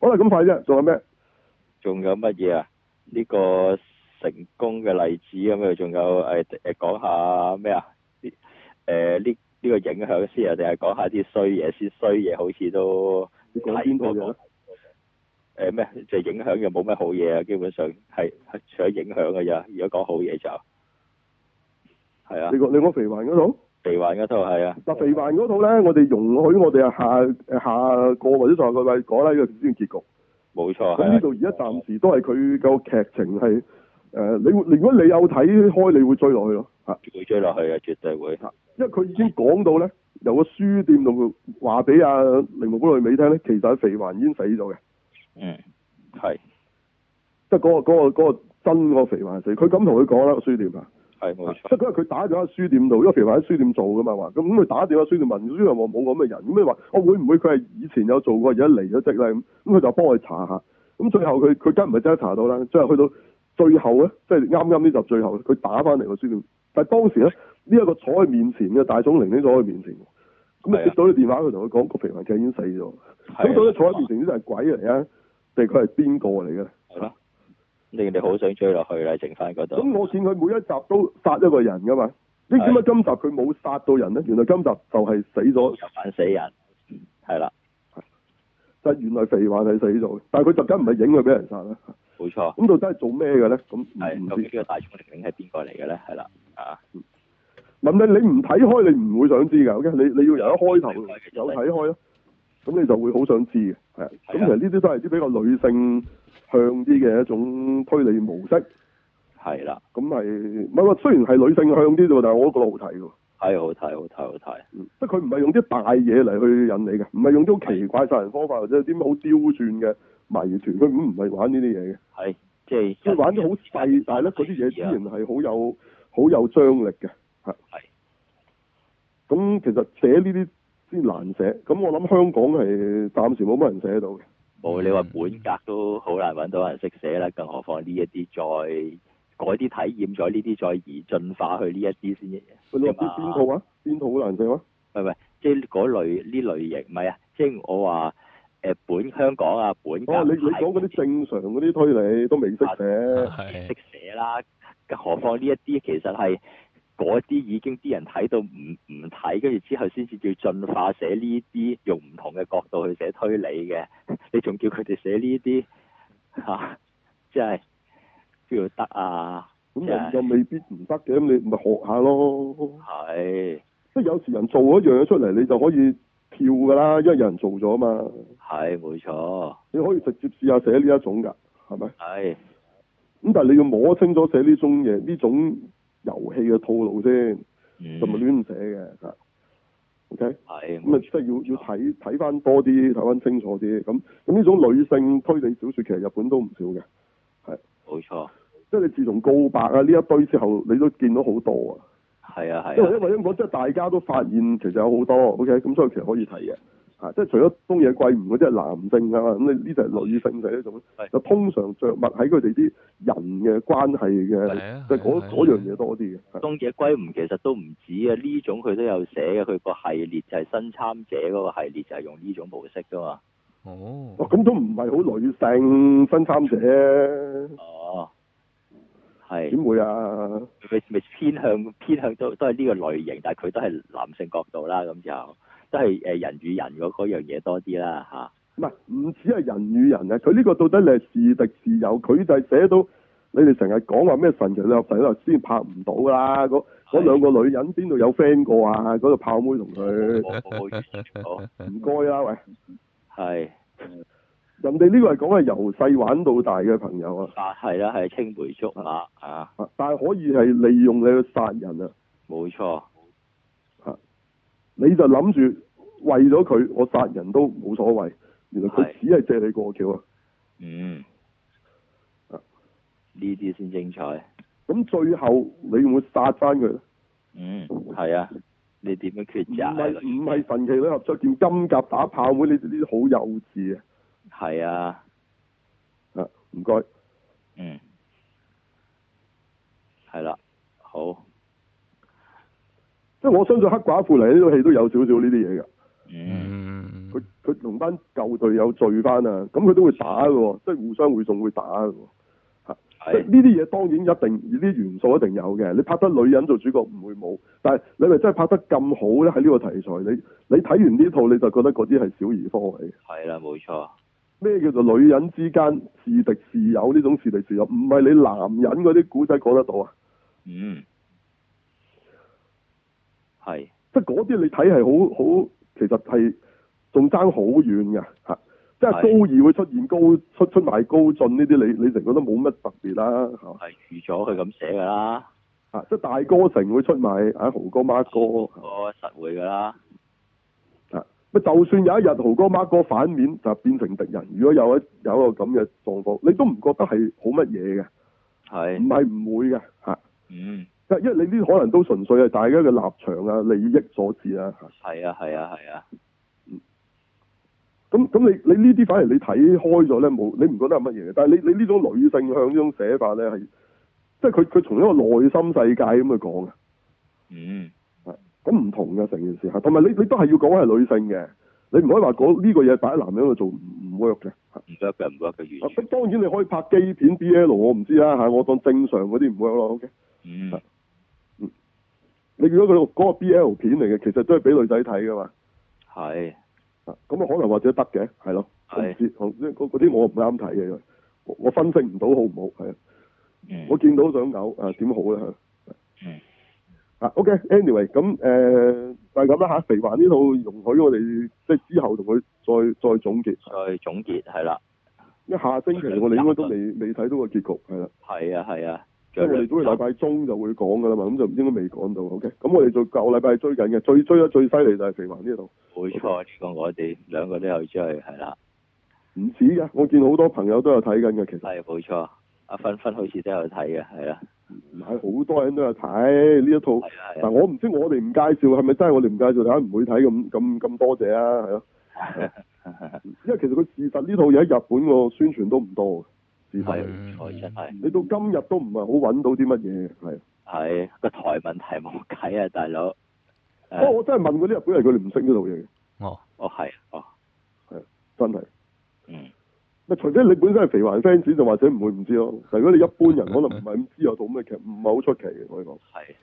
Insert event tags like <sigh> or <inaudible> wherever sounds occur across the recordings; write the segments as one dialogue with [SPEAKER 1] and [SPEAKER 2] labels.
[SPEAKER 1] 好啦，咁快啫，仲有咩？
[SPEAKER 2] 仲有乜嘢啊？呢、個成功嘅例子咁樣，仲有誒誒講下咩啊？呢誒呢呢個影響先啊，定係講下啲衰嘢先？衰嘢好似都
[SPEAKER 1] 你講邊個嘢？
[SPEAKER 2] 誒咩？就影響又冇乜好嘢啊，基本上係係除咗影響嘅咋。如果講好嘢就係啊
[SPEAKER 1] 你，個你講肥環嗰套？
[SPEAKER 2] 地環嗰套係啊，
[SPEAKER 1] 嗱，肥環嗰套咧，我哋容許我哋啊下下個或者上個禮拜講啦，呢個先結局。
[SPEAKER 2] 冇錯
[SPEAKER 1] 咁呢
[SPEAKER 2] 哦係啊，
[SPEAKER 1] 度而家暫時都係佢個劇情係誒、呃你會如果你有睇開，你會追落去咯嚇，
[SPEAKER 2] 會追落去啊，絕對會。
[SPEAKER 1] 因為佢已經講到咧，由個書店度話俾阿鈴木嗰類美聽咧，其實係肥環已經死咗嘅，
[SPEAKER 2] 嗯，係
[SPEAKER 1] 即係嗰個嗰、個嗰個真嗰個肥環死。佢咁同佢講啦，個書店啊，
[SPEAKER 2] 係冇錯。
[SPEAKER 1] 即係佢話佢打電話喺書店度，因為肥環喺書店做噶嘛，話咁咁佢打電話喺書店問，書店話冇咁嘅人，咁你話我會唔會佢係以前有做過，而家離咗職咧咁，咁佢就幫佢查下，咁最後佢佢梗唔係即刻查到啦，最後去到最後咧，即係啱啱呢集最後，佢打翻嚟個書店，但係當時咧呢一、個坐喺面前嘅大總玲呢坐喺面前，咁
[SPEAKER 2] 係
[SPEAKER 1] 啊
[SPEAKER 2] 啊
[SPEAKER 1] 接到啲電話，佢同佢講個肥環其實已經死咗，
[SPEAKER 2] 係
[SPEAKER 1] 咁
[SPEAKER 2] 啊
[SPEAKER 1] 到底坐喺面前呢啲係鬼嚟啊，定佢係邊個嚟嘅？
[SPEAKER 2] 係咯，你哋好想追落去啦，剩翻嗰度。
[SPEAKER 1] 咁我見佢每一集都殺一個人噶嘛，咁點解今集佢冇殺到人咧？原來今集就係死咗，
[SPEAKER 2] 又玩死人，係啦，
[SPEAKER 1] 就係原來肥華係死咗嘅，但係佢就梗唔係影佢俾人殺啦。
[SPEAKER 2] 冇錯。
[SPEAKER 1] 咁到底係做咩嘅咧？咁唔
[SPEAKER 2] 係
[SPEAKER 1] 唔
[SPEAKER 2] 究竟呢
[SPEAKER 1] 知。
[SPEAKER 2] 個大眾玲玲係邊個嚟嘅咧？係啦，啊，
[SPEAKER 1] 問你你唔睇開，你唔會想知㗎。OK，你你要由一開頭有睇開咯，咁你就會好想知嘅。係啊，咁其實呢啲都係啲比較女性向啲嘅一種推理模式。
[SPEAKER 2] 係啦，
[SPEAKER 1] 咁係唔係話雖然係女性向啲啫，但係我都覺得好睇喎。
[SPEAKER 2] 係啊好睇，好睇，好睇，
[SPEAKER 1] 嗯即係佢唔係用啲大嘢嚟去引你嘅，唔係用啲好奇怪殺人方法或者啲咩好刁鑽嘅迷團，佢唔唔係玩呢啲嘢嘅，
[SPEAKER 2] 係即係
[SPEAKER 1] 佢玩咗好細，但係咧嗰啲嘢依
[SPEAKER 2] 啊
[SPEAKER 1] 然係好有好有張力嘅，係。咁其實寫呢啲先難寫，咁我諗香港係暫時冇乜人寫到嘅。
[SPEAKER 2] 冇你話
[SPEAKER 1] 嗯
[SPEAKER 2] 本格都好難揾到人識寫啦，更何況呢一啲再改啲體驗咗呢啲，再而進化去呢一啲先。
[SPEAKER 1] 你話邊邊套啊？邊套好難寫啊？
[SPEAKER 2] 唔係唔係，即係嗰類呢類型，唔係啊，即係我話誒本香港啊，本格
[SPEAKER 1] 哦，你你
[SPEAKER 2] 派
[SPEAKER 1] 講嗰啲正常嗰啲推理都未識寫，
[SPEAKER 3] 啊
[SPEAKER 2] 識
[SPEAKER 3] 係
[SPEAKER 2] 寫啦，更何況呢一啲其實係嗰啲已經啲人睇到唔唔睇，跟住之後先至叫進化寫呢啲，用唔同嘅角度去寫推理嘅， <laughs> 你仲叫佢哋寫呢啲 <laughs> 嚇，即係叫得啊？
[SPEAKER 1] 咁又又未必唔得嘅，咁你咪學下咯。
[SPEAKER 2] 係
[SPEAKER 1] 即係有時人做一樣嘢出嚟，你就可以跳㗎啦，因為有人做咗嘛。
[SPEAKER 2] 係冇錯，
[SPEAKER 1] 你可以直接試下寫呢一種㗎，係咪？
[SPEAKER 2] 係
[SPEAKER 1] 咁但係你要摸清楚寫呢種嘢，呢種遊戲嘅套路先，
[SPEAKER 2] 嗯
[SPEAKER 1] 就咪亂寫嘅嚇。OK，
[SPEAKER 2] 係
[SPEAKER 1] 啊咁啊，即係要要睇睇翻多啲，睇翻清楚啲。咁咁呢種女性推理小説其實日本都唔少嘅，
[SPEAKER 2] 冇錯，
[SPEAKER 1] 即係你自從告白啊呢一堆之後，你都見到好多啊。
[SPEAKER 2] 係啊
[SPEAKER 1] 因為因
[SPEAKER 2] 係啊，
[SPEAKER 1] 為香港即係大家都發現其實有好多 OK，咁所以其實可以睇嘅。啊，即係除咗東野圭吾嗰啲係男性啊嘛，咁你呢就係女性就係一種
[SPEAKER 2] 係，
[SPEAKER 1] 就通常着墨喺佢哋啲人嘅關係
[SPEAKER 3] 係啊
[SPEAKER 1] 嘅，即係嗰
[SPEAKER 3] 係啊啊
[SPEAKER 1] 嗰樣嘢多啲嘅。係
[SPEAKER 2] 東野圭吾其實都唔止啊，呢種佢都有寫嘅，佢個系列就係新參者嗰個系列就係用呢種模式噶嘛。
[SPEAKER 3] 哦
[SPEAKER 1] 哦，咁都唔係好女性分參者，
[SPEAKER 2] 哦，係
[SPEAKER 1] 點會啊？
[SPEAKER 2] 咪咪偏向偏向都都係呢個類型，但係佢都係男性角度啦，咁就都係誒人與人嗰嗰樣嘢多啲啦嚇。
[SPEAKER 1] 唔係唔止係人與人啊，佢呢個到底你係是敵是友，佢就係寫到你哋成日講話咩神奇女俠神女俠先拍唔到啦，嗰嗰
[SPEAKER 2] 係
[SPEAKER 1] 兩個女人邊度有 friend 過啊？嗰度炮妹同
[SPEAKER 2] <laughs>
[SPEAKER 1] 佢。
[SPEAKER 2] 我我冇好
[SPEAKER 1] 唔該啦，喂！
[SPEAKER 2] 係
[SPEAKER 1] 人哋呢個係講係由細玩到大嘅朋友啊，
[SPEAKER 2] 啊係啦係青梅竹馬啊，
[SPEAKER 1] 啊但係可以係利用你去殺人啊！
[SPEAKER 2] 冇錯
[SPEAKER 1] 你就諗住為咗佢，我殺人都冇所謂。原來佢
[SPEAKER 2] 係
[SPEAKER 1] 只係借你過橋啊！
[SPEAKER 2] 嗯
[SPEAKER 1] 啊
[SPEAKER 2] 呢啲先精彩。
[SPEAKER 1] 咁最後你會唔會殺翻佢咧？
[SPEAKER 2] 嗯，係啊，你點樣抉
[SPEAKER 1] 唔
[SPEAKER 2] 擇啊
[SPEAKER 1] 係唔係神奇女俠着件金甲打炮妹，你呢啲好幼稚啊！
[SPEAKER 2] 係啊，
[SPEAKER 1] 啊，唔該。
[SPEAKER 2] 嗯，係啦，好，
[SPEAKER 1] 即係我相信黑寡婦嚟呢套戲都有少少呢啲嘢㗎。
[SPEAKER 2] 嗯，
[SPEAKER 3] 嗯嗯
[SPEAKER 1] 佢佢同班舊隊友聚翻啊，咁佢都會打嘅喎，即係互相會仲會打嘅喎。即係
[SPEAKER 2] 係
[SPEAKER 1] 呢啲嘢當然一定，呢啲元素一定有嘅。你拍得女人做主角唔會冇，但係你咪真係拍得咁好咧？喺呢個題材，你你睇完呢套你就覺得嗰啲係小兒科嚟嘅。
[SPEAKER 2] 係啦，冇錯，
[SPEAKER 1] 咩叫做女人之間是敵是友呢種是敵是友？唔係你男人嗰啲古仔講得到啊！
[SPEAKER 2] 嗯，係
[SPEAKER 1] 即係嗰啲你睇係好好，其實係仲爭好遠嘅嚇。即係
[SPEAKER 2] 係
[SPEAKER 1] 高二會出現高出出賣高進呢啲，你你成覺得冇乜特別啦，係嘛？
[SPEAKER 2] 係預咗佢咁寫㗎啦，
[SPEAKER 1] 啊，即係大哥城會出賣啊豪哥 Mark 哥。
[SPEAKER 2] 我實會㗎啦，
[SPEAKER 1] 啊！咪就算有一日豪哥 Mark 哥反面就變成敵人，如果有一有一個咁嘅狀況，你都唔覺得係好乜嘢嘅，唔
[SPEAKER 2] 係，
[SPEAKER 1] 係唔會嘅嚇。
[SPEAKER 2] 嗯，
[SPEAKER 1] 因因為你呢啲可能都純粹係大家嘅立場啊、利益所致啊。嚇
[SPEAKER 2] 係啊，係啊，係啊，
[SPEAKER 1] 咁咁你你呢啲反而你睇開咗咧，冇你唔覺得係乜嘢嘅。但係你你呢種女性向呢種寫法咧係，即係佢佢從一個內心世界咁去講嘅，啊
[SPEAKER 2] 嗯，
[SPEAKER 1] 咁唔同嘅成件事嚇。同埋你你都係要講係女性嘅，你唔可以話講呢個嘢擺喺男人度做唔唔 work 嘅。嚇
[SPEAKER 2] 唔得嘅，唔得嘅，
[SPEAKER 1] 啊
[SPEAKER 2] 完，全，
[SPEAKER 1] 咁當然你可以拍基片 BL，我唔知啦嚇，我當正常嗰啲唔 work 咯。OK，
[SPEAKER 2] 嗯，
[SPEAKER 1] 你如果佢嗰個 BL 片嚟嘅，其實都係俾女仔睇噶嘛。
[SPEAKER 2] 係，
[SPEAKER 1] 啊咁啊，可能或者得嘅，係咯，我唔
[SPEAKER 2] 係
[SPEAKER 1] 知，我即係嗰嗰啲我唔啱睇嘅，我我分析唔到好唔好，係啊，
[SPEAKER 2] 嗯
[SPEAKER 1] 我，見到想嘔啊，點好咧？係
[SPEAKER 2] 嗯
[SPEAKER 1] 啊，OK，anyway，咁誒就係咁啦嚇，肥環呢套容許我哋即係之後同佢再再總結，
[SPEAKER 2] 再總結係啦，
[SPEAKER 1] 因為下星期我哋應該都未未睇到個結局，係啦。
[SPEAKER 2] 係啊，係啊，
[SPEAKER 1] 因為我哋都會禮拜中就會講噶啦嘛，咁就應該未講到，OK？咁我哋就舊禮拜追緊嘅，最追得最犀利就係肥環呢度，
[SPEAKER 2] 冇錯，呢個我哋兩個都有追，係啦，
[SPEAKER 1] 唔止嘅，我見好多朋友都有睇緊嘅，其實
[SPEAKER 2] 係冇錯，阿芬芬好似都有睇嘅，係啦，
[SPEAKER 1] 唔係好多人都有睇呢一套，
[SPEAKER 2] 係啊，係
[SPEAKER 1] 但
[SPEAKER 2] 啊，
[SPEAKER 1] 我唔知我哋唔介紹係咪真係我哋唔介紹，大家唔會睇咁咁咁多謝啊，係咯， <laughs> 因為其實佢事實呢套嘢喺日本個宣傳都唔多嘅，事
[SPEAKER 2] <laughs> 係啊
[SPEAKER 1] 實
[SPEAKER 2] 冇錯，真係。
[SPEAKER 1] 你到今日都唔係好揾到啲乜嘢嘅，係。
[SPEAKER 2] 係個台問題冇計啊，大佬。
[SPEAKER 1] 不過
[SPEAKER 2] 誒，
[SPEAKER 1] 我真係問嗰啲日本人，佢哋唔識呢套嘢嘅，
[SPEAKER 3] 哦，
[SPEAKER 2] 哦係，哦，
[SPEAKER 1] 真係。
[SPEAKER 2] 嗯，
[SPEAKER 1] 咪除非你本身係肥環 fans 就或者唔會唔知咯，但如果你一般人可能唔係咁知有套咩劇，唔係好出奇嘅。我哋講，
[SPEAKER 2] 係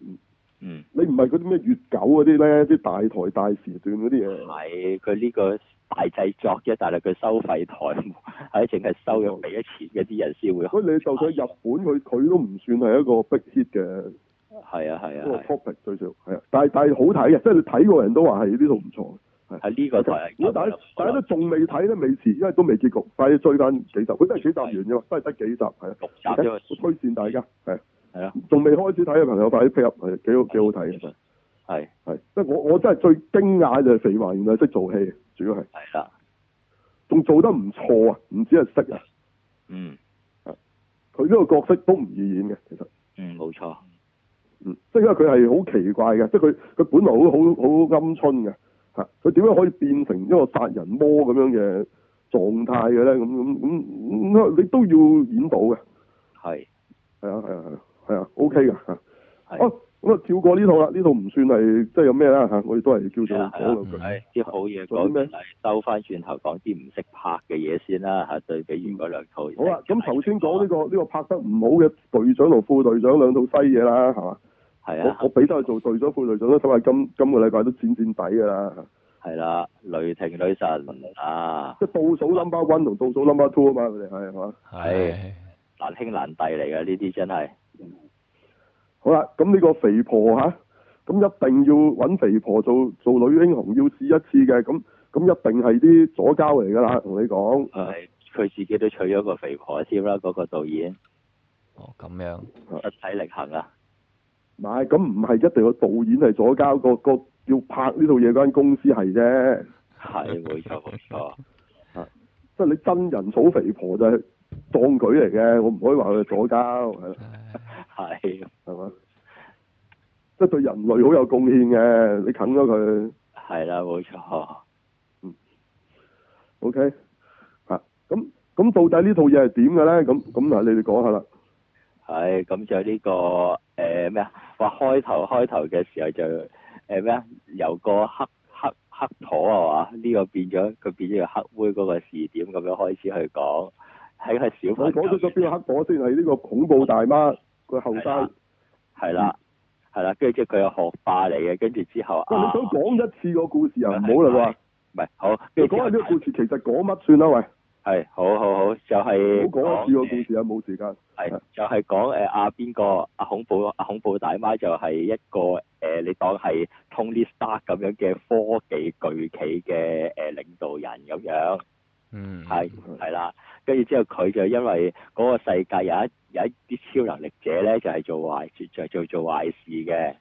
[SPEAKER 1] 嗯，
[SPEAKER 2] 嗯，
[SPEAKER 1] 你唔係嗰啲咩粵九嗰啲咧，啲大台大時段嗰啲嘢，
[SPEAKER 2] 係啊佢呢個大製作啫，但係佢收費台 <laughs> 係淨係收咗俾咗錢嗰啲人先會。
[SPEAKER 1] 所以你就算喺日本佢佢都唔算係一個 big hit 嘅
[SPEAKER 2] 係啊係
[SPEAKER 1] 一個
[SPEAKER 2] 啊
[SPEAKER 1] topic 最少係啊，但係但係好睇嘅，即係你睇過人都話係呢套唔錯。
[SPEAKER 2] 係，喺呢個台係
[SPEAKER 1] 如果大家大家都仲未睇咧，未遲，因為都未結局，快啲追翻幾集，佢都係幾集完啫嘛，都係得幾集係啊。
[SPEAKER 2] 六集啫嘛，
[SPEAKER 1] 我推薦大家係啊
[SPEAKER 2] 係啊，
[SPEAKER 1] 仲未開始睇嘅朋友快啲 pick up 係幾好幾好睇嘅。
[SPEAKER 2] 嘅。係
[SPEAKER 1] 係，即係我我真係最驚訝就係肥華原來識做戲，主要係
[SPEAKER 2] 係啦，
[SPEAKER 1] 仲做得唔錯啊，唔止係識啊，
[SPEAKER 2] 嗯
[SPEAKER 1] 佢呢個角色都唔易演嘅，其實，
[SPEAKER 2] 嗯冇錯，
[SPEAKER 1] 嗯，即係因為佢係好奇怪嘅，即係佢佢本來好好好鵪鶉嘅，嚇，佢點樣可以變成一個殺人魔咁樣嘅狀態嘅咧？咁咁咁咁，你都要演到嘅，
[SPEAKER 2] 係
[SPEAKER 1] 係啊係啊係啊係啊，OK 嘅嚇。
[SPEAKER 2] 係
[SPEAKER 1] 哦，咁啊跳過呢套啦，呢套唔算係即係有咩啦嚇，我哋都係叫
[SPEAKER 2] 係
[SPEAKER 1] 做
[SPEAKER 2] 啦
[SPEAKER 1] 講兩
[SPEAKER 3] 嗯
[SPEAKER 1] 句。
[SPEAKER 2] 係啊啲好嘢
[SPEAKER 1] 仲有
[SPEAKER 2] 講
[SPEAKER 1] 咩
[SPEAKER 2] 完，收翻轉頭講啲唔識拍嘅嘢先啦嚇，對比完嗰兩套。
[SPEAKER 1] 好啦，咁頭先講呢個呢、個拍得唔好嘅隊長同副隊長兩套西嘢啦，係嘛？
[SPEAKER 2] 係啊
[SPEAKER 1] 我。我俾得佢做隊長、副隊長都睇下今今個禮拜都剪剪底㗎啦，
[SPEAKER 2] 系啦，雷霆女神啊，
[SPEAKER 1] 即係倒數 number one 同倒數 number two 啊嘛，佢哋係係嘛？
[SPEAKER 3] 係
[SPEAKER 2] 難兄難弟嚟嘅呢啲真係，
[SPEAKER 1] 好啦，咁呢個肥婆嚇，咁、一定要揾肥婆做做女英雄，要試一次嘅，咁咁一定係啲左膠嚟㗎啦，同你講。
[SPEAKER 2] 係佢自己都娶咗個肥婆添啦，嗰、個導演
[SPEAKER 3] 哦咁樣，
[SPEAKER 2] 身體力行啊，
[SPEAKER 1] 唔係，咁唔係一定個導演係左膠，個個要拍呢套嘢嗰間公司係啫。
[SPEAKER 2] 係冇錯冇錯，
[SPEAKER 1] 即係你真人草肥婆就係壯舉嚟嘅，我唔可以話佢係左膠，係啦，
[SPEAKER 3] 唉
[SPEAKER 2] 係
[SPEAKER 1] 係嘛？即係對人類好有貢獻嘅，你啃咗佢
[SPEAKER 2] 係啦冇錯，
[SPEAKER 1] ，OK 嚇、咁咁到底呢套嘢係點嘅咧？咁咁嗱，你哋講下啦。
[SPEAKER 2] 係咁就呢、個誒咩啊？話開頭開頭嘅時候就誒咩啊？由個黑黑黑婆啊嘛，呢、個變咗佢變咗個黑妹嗰個視點咁樣開始去講，喺個小
[SPEAKER 1] 我
[SPEAKER 2] 朋
[SPEAKER 1] 講
[SPEAKER 2] 友
[SPEAKER 1] 咗個邊個黑婆先係呢個恐怖大媽，佢後
[SPEAKER 2] 係啊啦
[SPEAKER 1] 生。
[SPEAKER 2] 係啦係啦，跟住之後佢係學霸嚟嘅，跟住之後
[SPEAKER 1] 嗯喂，你
[SPEAKER 2] 啊
[SPEAKER 1] 想講一次個故事啊？唔好啦
[SPEAKER 2] 唔係好，
[SPEAKER 1] 喎，
[SPEAKER 2] 跟
[SPEAKER 1] 你
[SPEAKER 2] 住
[SPEAKER 1] 講下
[SPEAKER 2] 之後
[SPEAKER 1] 呢個故事，其實講乜算啦？喂，
[SPEAKER 2] 係好好好，就係
[SPEAKER 1] 唔好講一次個故事啊，冇時間。
[SPEAKER 2] 係就係講誒阿邊個阿恐怖阿恐怖大媽就係一個誒、呃你當係 Tony Stark 咁樣嘅科技巨企嘅誒、呃、領導人咁樣，
[SPEAKER 3] 嗯，
[SPEAKER 2] 係係啦。跟住之後佢就因為嗰個世界有一有一啲超能力者咧，就係、做壞事就做做壞事嘅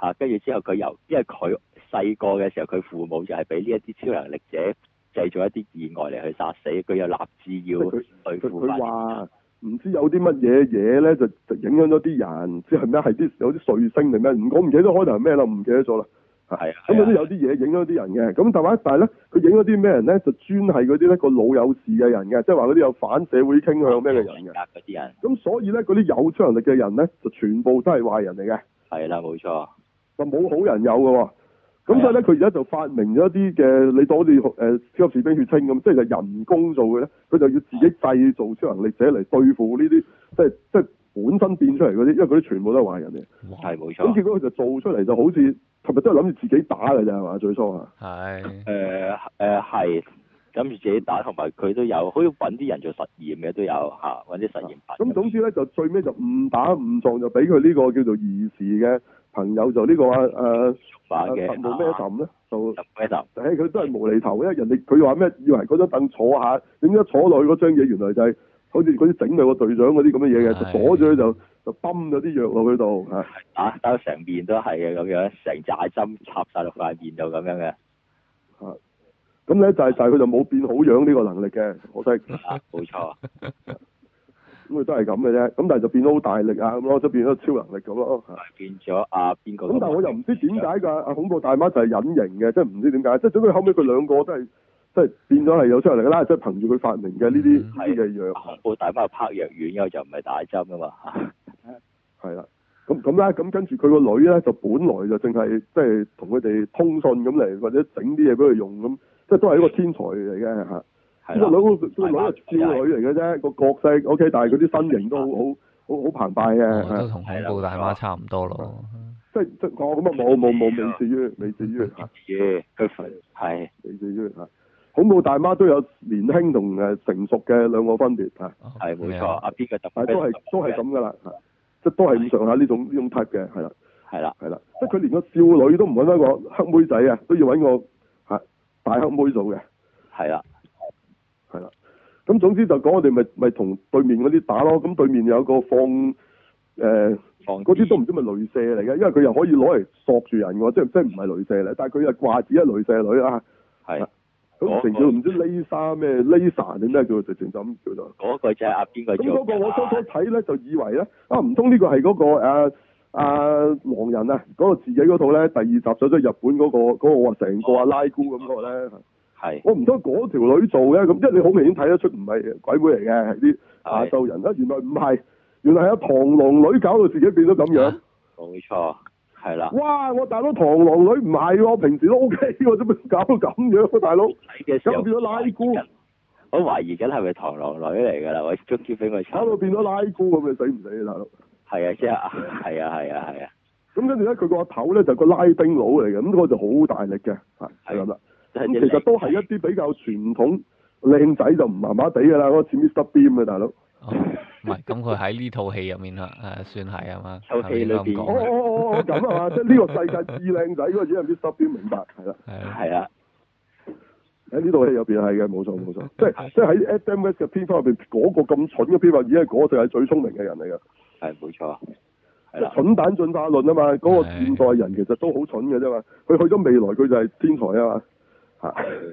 [SPEAKER 2] 嚇。跟、住之後佢由因為佢細個嘅時候，佢父母就係俾呢一啲超能力者製造一啲意外嚟去殺死，佢又立志
[SPEAKER 1] 即
[SPEAKER 2] 要
[SPEAKER 1] 係佢
[SPEAKER 2] 對
[SPEAKER 1] 佢
[SPEAKER 2] 付翻
[SPEAKER 1] 佢
[SPEAKER 2] 呢啲人
[SPEAKER 1] 話唔知有啲乜嘢嘢咧，就就影響咗啲人，唔知係咩係啲有啲彗星定咩？唔講唔記得開頭係咩啦，唔記得咗啦。
[SPEAKER 2] 係啊
[SPEAKER 1] 咁
[SPEAKER 2] 係
[SPEAKER 1] 嗰
[SPEAKER 2] 啊
[SPEAKER 1] 啲有啲嘢影咗啲人嘅，咁但係但係咧，佢影咗啲咩人咧？就專係嗰啲咧個腦有事嘅人嘅，即係話嗰啲有反社會傾向咩嘅人嘅。
[SPEAKER 2] 格嗰啲人，
[SPEAKER 1] 咁所以咧，嗰啲有超能力嘅人咧，就全部都係壞人嚟嘅。
[SPEAKER 2] 係啦，冇錯，
[SPEAKER 1] 哦就冇好人有嘅喎。
[SPEAKER 2] 係啊
[SPEAKER 1] 咁所以咧，佢而家就發明咗一啲嘅，你當好似誒超級士兵血清咁，即係就人工做嘅咧，佢就要自己製造超能力者嚟對付呢啲，即係即係本身變出嚟嗰啲，因為嗰啲全部都係壞人嚟。
[SPEAKER 3] 哇，
[SPEAKER 2] 係冇
[SPEAKER 1] 咁
[SPEAKER 2] 錯。
[SPEAKER 1] 結果佢就做出嚟就好似係咪都係諗住自己打嘅咋係嘛？最初啊，
[SPEAKER 3] 係
[SPEAKER 2] 誒誒係，諗住自己打，同埋佢都有，好似揾啲人做實驗嘅都有嚇，揾啲實驗品。
[SPEAKER 1] 啊咁總之咧就最尾就誤打誤撞就俾佢呢個叫做兒時嘅朋友就呢個啊誒
[SPEAKER 2] 化嘅啊
[SPEAKER 1] 特務咩岑咧就。
[SPEAKER 2] 特咩特？
[SPEAKER 1] 誒佢都係無厘頭，因為人哋佢話咩以為嗰張凳坐下，點解坐落去嗰張嘢原來就係好似嗰啲整兩個隊長嗰啲咁嘅嘢嘅，
[SPEAKER 3] 係
[SPEAKER 1] 就阻咗佢就就泵咗啲藥落去度啊嚇。
[SPEAKER 2] 打打到成面都係嘅咁樣，成扎針插晒落塊面度咁 <laughs> 樣嘅，
[SPEAKER 1] 咁咧就係、就係佢就冇變好樣呢個能力嘅，我睇咁
[SPEAKER 2] 啊冇錯，
[SPEAKER 1] 佢都係咁嘅啫。咁但係就變咗好大力啊咁咯，即係變咗超能力咁咯。
[SPEAKER 2] <laughs>
[SPEAKER 1] 嚇
[SPEAKER 2] 變咗啊邊個？
[SPEAKER 1] 咁但係我又唔知點解㗎，阿恐怖大媽就係隱形嘅，即係唔知點解。即係總之後尾佢兩個都係即係變咗係有出嚟㗎啦，即係憑住佢發明嘅呢啲
[SPEAKER 3] 嗯
[SPEAKER 1] 呢啲嘅藥。
[SPEAKER 2] 恐怖啊大媽拍藥丸嘅就唔係打針噶嘛，
[SPEAKER 1] <laughs> 係啦，咁咁啦，咁跟住佢個女咧就本來就淨係即係同佢哋通訊咁嚟，或者整啲嘢俾佢用咁，即係都係一個天才嚟嘅嚇。
[SPEAKER 2] 係
[SPEAKER 1] 呢個
[SPEAKER 2] 啦，
[SPEAKER 1] 女個女係少女嚟嘅啫，個角色 O K，但係佢啲身形都好好好好澎湃嘅
[SPEAKER 3] 我哦都
[SPEAKER 1] 嚇，
[SPEAKER 3] 同恐怖大媽差唔多咯。
[SPEAKER 1] 即係即係哦咁啊冇冇冇未至於未至於嚇
[SPEAKER 2] 咦佢係
[SPEAKER 1] 未至於嚇。恐怖大媽都有年輕同誒成熟嘅兩個分別嚇，
[SPEAKER 3] 哦
[SPEAKER 2] 係冇
[SPEAKER 3] 咁
[SPEAKER 2] 錯，
[SPEAKER 3] 樣
[SPEAKER 2] 啊邊個特
[SPEAKER 1] 但係都係都係咁噶啦嚇，即係都係咁上下呢種呢種 type 嘅係啦。
[SPEAKER 2] 係啦，
[SPEAKER 1] 係啦，即係佢連個少女都唔揾翻個黑妹仔啊，都要揾個嚇大黑妹做嘅，
[SPEAKER 2] 係啦，
[SPEAKER 1] 係啦。咁總之就講我哋咪咪同對面嗰啲打咯，咁對面有個放誒
[SPEAKER 2] 放
[SPEAKER 1] 嗰啲都唔知咪雷射嚟嘅，因為佢又可以攞嚟索住人喎，即係即係唔係雷射嚟，但係佢又掛住一雷射女啊，
[SPEAKER 2] 係。
[SPEAKER 1] 咁成叫唔知 Laser 咩 Laser 定咩叫直情就咁叫做。
[SPEAKER 2] 嗰個就係阿邊個
[SPEAKER 1] 啊咁
[SPEAKER 2] 做
[SPEAKER 1] 嗰個
[SPEAKER 2] 㗎
[SPEAKER 1] 我
[SPEAKER 2] 啦
[SPEAKER 1] 初初睇咧就以為咧，啊唔通呢個係嗰、個誒啊狼人啊嗰、個自己嗰套咧，第二集上咗日本嗰、個嗰、個我話成個阿拉姑咁嗰個咧，
[SPEAKER 2] 係
[SPEAKER 1] 我唔通嗰條女做嘅，咁即係你好明顯睇得出唔係鬼妹嚟嘅，係啲亞洲人啊啦，原來唔係。原來係阿螳螂女搞到自己變咗咁樣，
[SPEAKER 2] 冇錯，啊係啦。
[SPEAKER 1] 哇！我大佬螳螂女唔係喎，平時都 O K 喎，做咩搞到咁樣啊，大佬？
[SPEAKER 2] 睇嘅時候
[SPEAKER 1] 咁變咗拉姑，
[SPEAKER 2] 我懷疑緊係咪螳螂女嚟㗎啦？我終於俾佢
[SPEAKER 1] 搞到
[SPEAKER 2] 抽，
[SPEAKER 1] 變咗拉姑咁，你死唔死啊，大佬？
[SPEAKER 2] 係啊，即係係啊，係啊，係啊，
[SPEAKER 1] 咁跟住咧，佢個頭咧就個拉丁佬嚟嘅，咁嗰個就好大力嘅，係係咁啦。
[SPEAKER 2] 即係
[SPEAKER 1] 咁其實都係一啲比較傳統靚仔就唔麻麻地㗎啦，嗰個似 Mr Bean 嘅大佬。
[SPEAKER 3] 哦唔係，咁佢喺呢套戲入面啦，誒算係啊 <laughs> 嘛，
[SPEAKER 2] 套戲裏邊
[SPEAKER 1] 哦
[SPEAKER 3] 係咪
[SPEAKER 1] 哦
[SPEAKER 3] 應
[SPEAKER 1] 哦哦，咁啊嘛，即係呢個世界至靚仔嗰個只係 Mr Bean，明白係啦。
[SPEAKER 3] 該咁講
[SPEAKER 2] 哦係啊
[SPEAKER 3] 係
[SPEAKER 2] 啦，
[SPEAKER 1] 喺呢套戲入邊係嘅，冇錯冇錯，即係即係喺 Adam West 嘅編輯入邊嗰個咁蠢嘅編輯，已經係嗰個就係最聰明嘅人嚟嘅，
[SPEAKER 2] 係冇錯，係
[SPEAKER 1] 即係
[SPEAKER 2] 啦，
[SPEAKER 1] 蠢蛋進化論啊嘛，嗰、個
[SPEAKER 3] 係
[SPEAKER 1] 現代人其實都好蠢嘅啫嘛，佢去咗未來佢就係天才啊嘛，
[SPEAKER 2] <laughs>
[SPEAKER 1] 嚇。
[SPEAKER 2] 係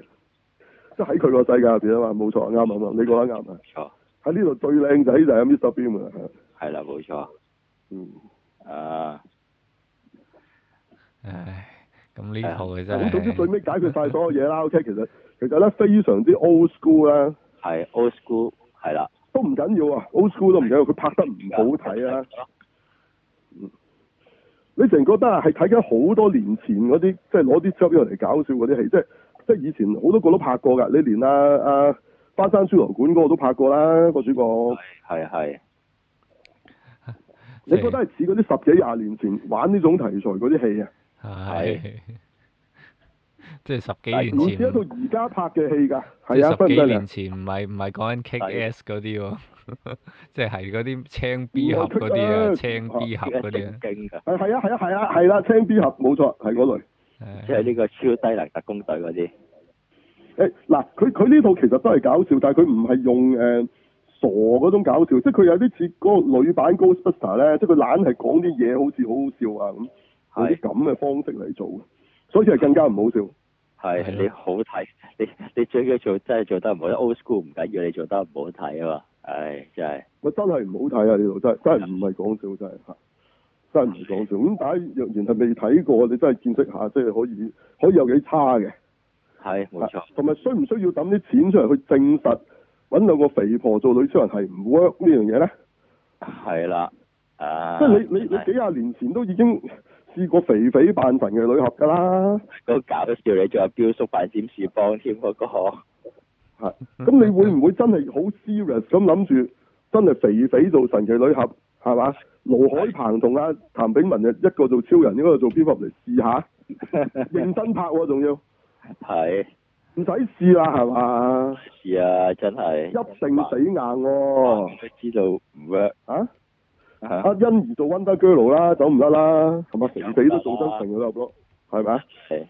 [SPEAKER 1] 即係喺佢個世界入邊啊嘛，冇錯，啱啊啱啊，你講得啱啊
[SPEAKER 2] 冇。錯，
[SPEAKER 1] 喺呢度最靚仔就係 Mr. Bean 啊，係
[SPEAKER 2] 係啦，冇錯，
[SPEAKER 1] 嗯，
[SPEAKER 2] 啊，
[SPEAKER 3] 唉，咁
[SPEAKER 2] 啊
[SPEAKER 3] 呢套佢真
[SPEAKER 1] 咁總之最
[SPEAKER 3] 係
[SPEAKER 1] 尾解決晒所有嘢啦。OK，其實其實咧非常之 old school 啦，
[SPEAKER 2] 係 old school，係啦，
[SPEAKER 1] 都唔緊要啊，old school 都唔緊要，佢拍得唔好睇啊。你成覺得係睇緊好多年前嗰啲，即係攞啲執嚟搞笑嗰啲戲，即係即係以前好多個都拍過㗎。你連啊啊花山書樓館嗰個都拍過啦，個主角。
[SPEAKER 2] 係係
[SPEAKER 1] 你覺得係似嗰啲十幾廿年前玩呢種題材嗰啲戲啊？
[SPEAKER 3] 係， <laughs> 即係十幾
[SPEAKER 1] 唔
[SPEAKER 3] 年
[SPEAKER 1] 似一
[SPEAKER 3] 前
[SPEAKER 1] 套，而家拍嘅戲㗎，
[SPEAKER 3] 即
[SPEAKER 1] 係啊，
[SPEAKER 3] 係
[SPEAKER 1] 得
[SPEAKER 3] 十
[SPEAKER 1] 唔
[SPEAKER 3] 幾
[SPEAKER 1] 得啊
[SPEAKER 3] 年？前，唔係唔係講緊 Kick
[SPEAKER 2] 係
[SPEAKER 3] S 嗰啲喎， <laughs> 即係係嗰啲青 B
[SPEAKER 1] 唔
[SPEAKER 3] 盒
[SPEAKER 1] 係
[SPEAKER 3] 嗰啲啊，
[SPEAKER 1] Kick-Ass，
[SPEAKER 3] 青 B
[SPEAKER 1] 哦
[SPEAKER 3] 盒
[SPEAKER 2] 呢個
[SPEAKER 3] 嗰啲
[SPEAKER 2] 正
[SPEAKER 3] 啊
[SPEAKER 2] 經㗎，
[SPEAKER 1] 係係啊係啊係啊係啦，青 B 俠冇錯係嗰類。
[SPEAKER 3] 啊
[SPEAKER 2] 即係呢個超低能特工隊嗰啲，
[SPEAKER 1] 誒嗱，佢佢呢套其實都係搞笑，但係佢唔係用誒、呃傻嗰種搞笑，即係佢有啲似嗰個女版 Ghostbuster 咧，即係佢懶係講啲嘢好似好好笑啊咁，
[SPEAKER 2] 係
[SPEAKER 1] 有啲咁嘅方式嚟做嘅，所以係更加唔好笑。
[SPEAKER 3] 係
[SPEAKER 2] 係
[SPEAKER 3] 咯
[SPEAKER 2] 你好睇，你你最緊要做真係做得唔好，old school 唔緊要，你做得唔好睇啊嘛，唉真係。
[SPEAKER 1] 喂，真係唔好睇啊！呢度真係真係唔係講笑，真係嚇，真係唔係講笑。咁大家若然係未睇過，你真係見識下，即係可以可以有幾差嘅。
[SPEAKER 2] 係冇錯，
[SPEAKER 1] 同埋需唔需要抌啲錢出嚟去證實揾兩個肥婆做女超人係唔 work 呢樣嘢咧？
[SPEAKER 2] 係啦，啊，
[SPEAKER 1] 即係你你你
[SPEAKER 2] 係
[SPEAKER 1] 幾廿年前都已經試過肥肥扮神嘅女俠㗎啦，
[SPEAKER 2] 嗰個搞笑，你仲有彪叔扮占士邦添嗰個，
[SPEAKER 1] 係咁
[SPEAKER 2] <laughs>
[SPEAKER 1] 你會唔會真係好 serious 咁諗住真係肥肥做神奇女俠係嘛？盧海鵬同阿譚炳文啊，一個做超人，一個做蝙蝠俠嚟試
[SPEAKER 2] <laughs>
[SPEAKER 1] 下，認真拍喎、仲要
[SPEAKER 2] 係
[SPEAKER 1] 唔使試啦係嘛？
[SPEAKER 2] 是啊，真係
[SPEAKER 1] 一定死硬喎、
[SPEAKER 2] 哦，都知道唔 work
[SPEAKER 1] 啊！
[SPEAKER 2] 啊
[SPEAKER 1] 阿欣怡做 Wonder Girl 啦，走唔甩啦，係咪？肥肥都做得成嘅啦，咯，係咪啊？
[SPEAKER 2] 係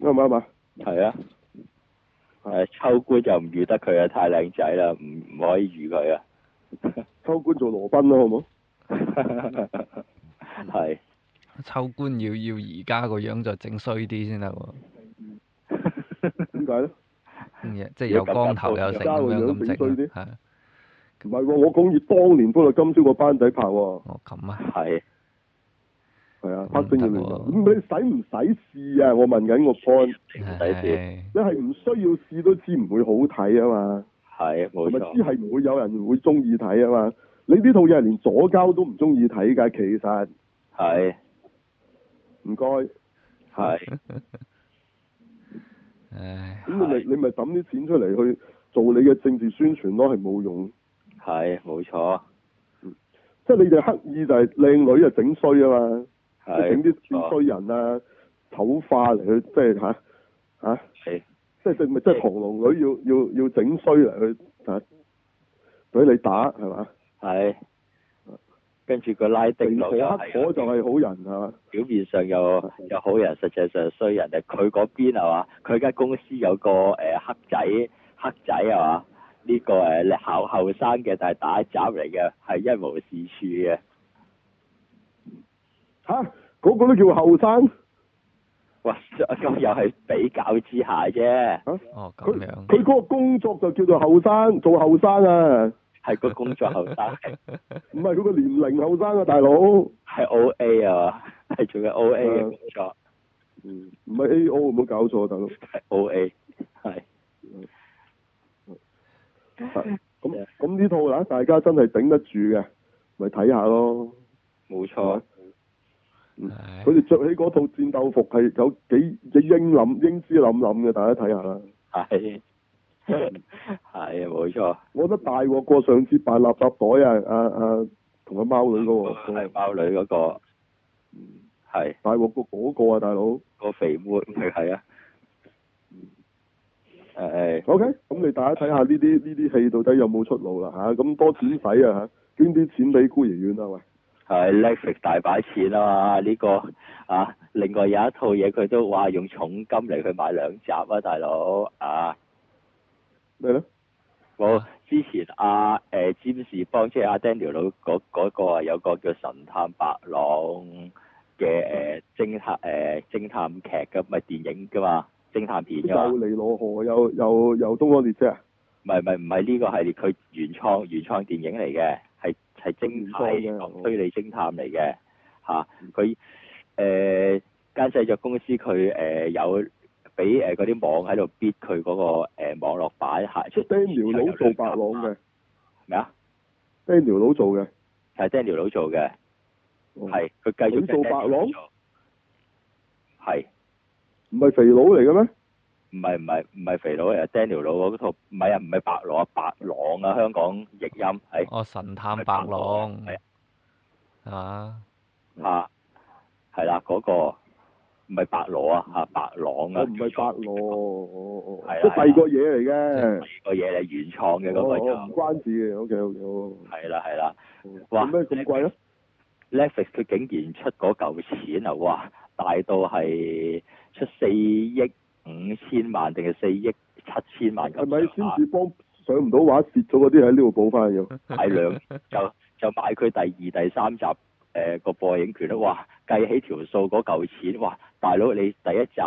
[SPEAKER 1] 啱唔啱啊？
[SPEAKER 2] 係啊，誒秋官就唔遇得佢啊，太靚仔啦，唔唔可以遇佢啊，
[SPEAKER 1] 秋官做羅賓啦，好唔
[SPEAKER 2] <laughs>
[SPEAKER 1] <laughs>
[SPEAKER 2] 係
[SPEAKER 3] 秋官要要而家個樣就整衰啲先
[SPEAKER 1] <laughs>
[SPEAKER 3] 得喎，
[SPEAKER 1] 好？點解咧？
[SPEAKER 3] 嗯即係有光頭有成咁樣咁整啊，係啊
[SPEAKER 1] 唔係喎，我講以當年搬到今朝個班底拍喎，
[SPEAKER 3] 哦咁啊，
[SPEAKER 2] 係
[SPEAKER 1] 係啊，
[SPEAKER 3] 唔
[SPEAKER 1] 拍正要
[SPEAKER 3] 得
[SPEAKER 1] 聯
[SPEAKER 3] 喎
[SPEAKER 1] 咁你使唔使試啊？我問緊個 point，
[SPEAKER 2] 唔使試，
[SPEAKER 3] 唉
[SPEAKER 1] 你係唔需要試都知唔會好睇啊嘛，
[SPEAKER 2] 係冇
[SPEAKER 1] 同埋啊知
[SPEAKER 2] 錯，
[SPEAKER 1] 係唔會有人會中意睇啊嘛。你呢套嘢係連左膠都唔中意睇㗎，其實
[SPEAKER 2] 係
[SPEAKER 1] 唔該。
[SPEAKER 2] 係
[SPEAKER 3] 唉，
[SPEAKER 1] 咁你咪你咪抌啲錢出嚟去做你嘅政治宣傳咯，係冇用。
[SPEAKER 2] 係冇錯，
[SPEAKER 1] 即係你哋刻意就係靚女啊整衰啊嘛，即係整
[SPEAKER 2] 係
[SPEAKER 1] 啲穿衰人啊、醜化嚟去，即係嚇嚇，
[SPEAKER 2] 係
[SPEAKER 1] 即係咪即係唐龍女要要要整衰嚟去嚇，俾你打係嘛？
[SPEAKER 2] 係，跟住個拉丁
[SPEAKER 1] 定
[SPEAKER 2] 佬
[SPEAKER 1] 火
[SPEAKER 2] 又
[SPEAKER 1] 黑火就
[SPEAKER 2] 係啊。
[SPEAKER 1] 係好人係嘛？
[SPEAKER 2] 表面上又又好人，實際上衰人。佢嗰邊係嘛？佢間公司有個誒、呃黑仔，黑仔係嘛？呢、個誒後後生嘅，但係打雜嚟嘅，係一無是處嘅。
[SPEAKER 1] 嚇嗰個都叫後生，
[SPEAKER 2] 哇！咁又係比較之下啫，
[SPEAKER 1] <laughs>
[SPEAKER 3] <laughs> 哦咁
[SPEAKER 1] 佢
[SPEAKER 3] 樣，
[SPEAKER 1] 佢嗰個工作就叫做後生，做後生啊，
[SPEAKER 2] 係個工作後生，係
[SPEAKER 1] 唔係佢個年齡後生啊，大佬，
[SPEAKER 2] 係 O A 啊嘛，係做緊 O A 嘅工作，
[SPEAKER 1] 嗯唔係 A O 冇搞錯啊，大佬。
[SPEAKER 2] 係 O A，係
[SPEAKER 1] 係啊咁咁呢套啊，大家真係頂得住嘅，咪睇下咯。
[SPEAKER 2] 冇錯，
[SPEAKER 3] 唉
[SPEAKER 1] 佢哋着起嗰套戰鬥服係有幾幾英冧英姿冧冧嘅，大家睇下啦。
[SPEAKER 2] 係係冇錯，
[SPEAKER 1] 我覺得大鑊過上次扮垃圾袋啊啊啊，同阿貓女嗰、個，
[SPEAKER 2] 係貓女嗰個，嗯係
[SPEAKER 1] 大鑊過嗰個啊，大佬。
[SPEAKER 2] 個肥妹，佢係啊，誒
[SPEAKER 1] OK，咁你大家睇下呢啲呢啲戲到底有冇出路啦嚇？咁、多錢使啊嚇，捐啲錢俾孤兒院啊啦喂。
[SPEAKER 2] 係 Netflix 大把錢啊嘛，呢、個啊，另外有一套嘢佢都話用重金嚟去買兩集啊，大佬啊，
[SPEAKER 1] 咩咧？
[SPEAKER 2] 我之前阿誒詹士邦即係阿 Daniel 佬嗰嗰個啊有個叫神探白朗嘅誒偵探誒偵探劇㗎，咪電影㗎嘛，偵探片
[SPEAKER 1] 又
[SPEAKER 2] 㗎嘛，
[SPEAKER 1] 尼羅河又又又東方列車啊，
[SPEAKER 2] 唔係唔係唔係呢個系列，佢原創原創電影嚟嘅，係係偵
[SPEAKER 1] 原創嘅
[SPEAKER 2] 探
[SPEAKER 1] 哦嗯
[SPEAKER 2] 推理偵探嚟嘅嚇。佢誒間製作公司佢誒、有俾誒嗰啲網喺度 bid 佢嗰個誒、網絡版嚇，
[SPEAKER 1] 即係 Daniel 佬做白朗嘅
[SPEAKER 2] 咩啊？
[SPEAKER 1] ，Daniel 佬做嘅。
[SPEAKER 2] 係 Daniel 佬做嘅，
[SPEAKER 1] 哦
[SPEAKER 2] 係佢繼續
[SPEAKER 1] 佢做白狼
[SPEAKER 2] 係
[SPEAKER 1] 唔係肥佬嚟嘅咩？
[SPEAKER 2] 唔係唔係唔係肥佬嚟啊？Daniel 佬嗰套唔係啊，唔係白狼啊，白狼啊，香港譯音係
[SPEAKER 3] 哦，神探白狼
[SPEAKER 1] 啊
[SPEAKER 2] 係
[SPEAKER 3] 係嘛？
[SPEAKER 2] 啊，係啦，嗰個唔係白羅啊，嚇白狼啊，
[SPEAKER 1] 哦我唔係白羅，
[SPEAKER 2] 叫做
[SPEAKER 1] 哦哦
[SPEAKER 2] 係
[SPEAKER 1] 哦
[SPEAKER 2] 啦
[SPEAKER 1] 即係第二個嘢嚟嘅。
[SPEAKER 2] 第二個嘢嚟原創嘅嗰
[SPEAKER 1] 哦
[SPEAKER 2] 個
[SPEAKER 1] 哦唔
[SPEAKER 2] 就
[SPEAKER 1] 關事嘅，OK OK，好。
[SPEAKER 2] 係啦係啦哇
[SPEAKER 1] 哇！做咩咁貴啊咧？
[SPEAKER 2] ，Netflix 佢竟然出嗰嚿錢啊，哇，大到係出四億五千萬定係四億七千萬
[SPEAKER 1] 係
[SPEAKER 2] 咁
[SPEAKER 1] 咪
[SPEAKER 2] 上
[SPEAKER 1] 先
[SPEAKER 2] 下
[SPEAKER 1] 至幫上唔到畫蝕咗嗰啲喺呢度補翻要？
[SPEAKER 2] 買
[SPEAKER 1] <laughs>
[SPEAKER 2] 兩就就買佢第二、第三集誒個、播映權啦。哇，計起條數嗰嚿錢，哇，大佬你第一集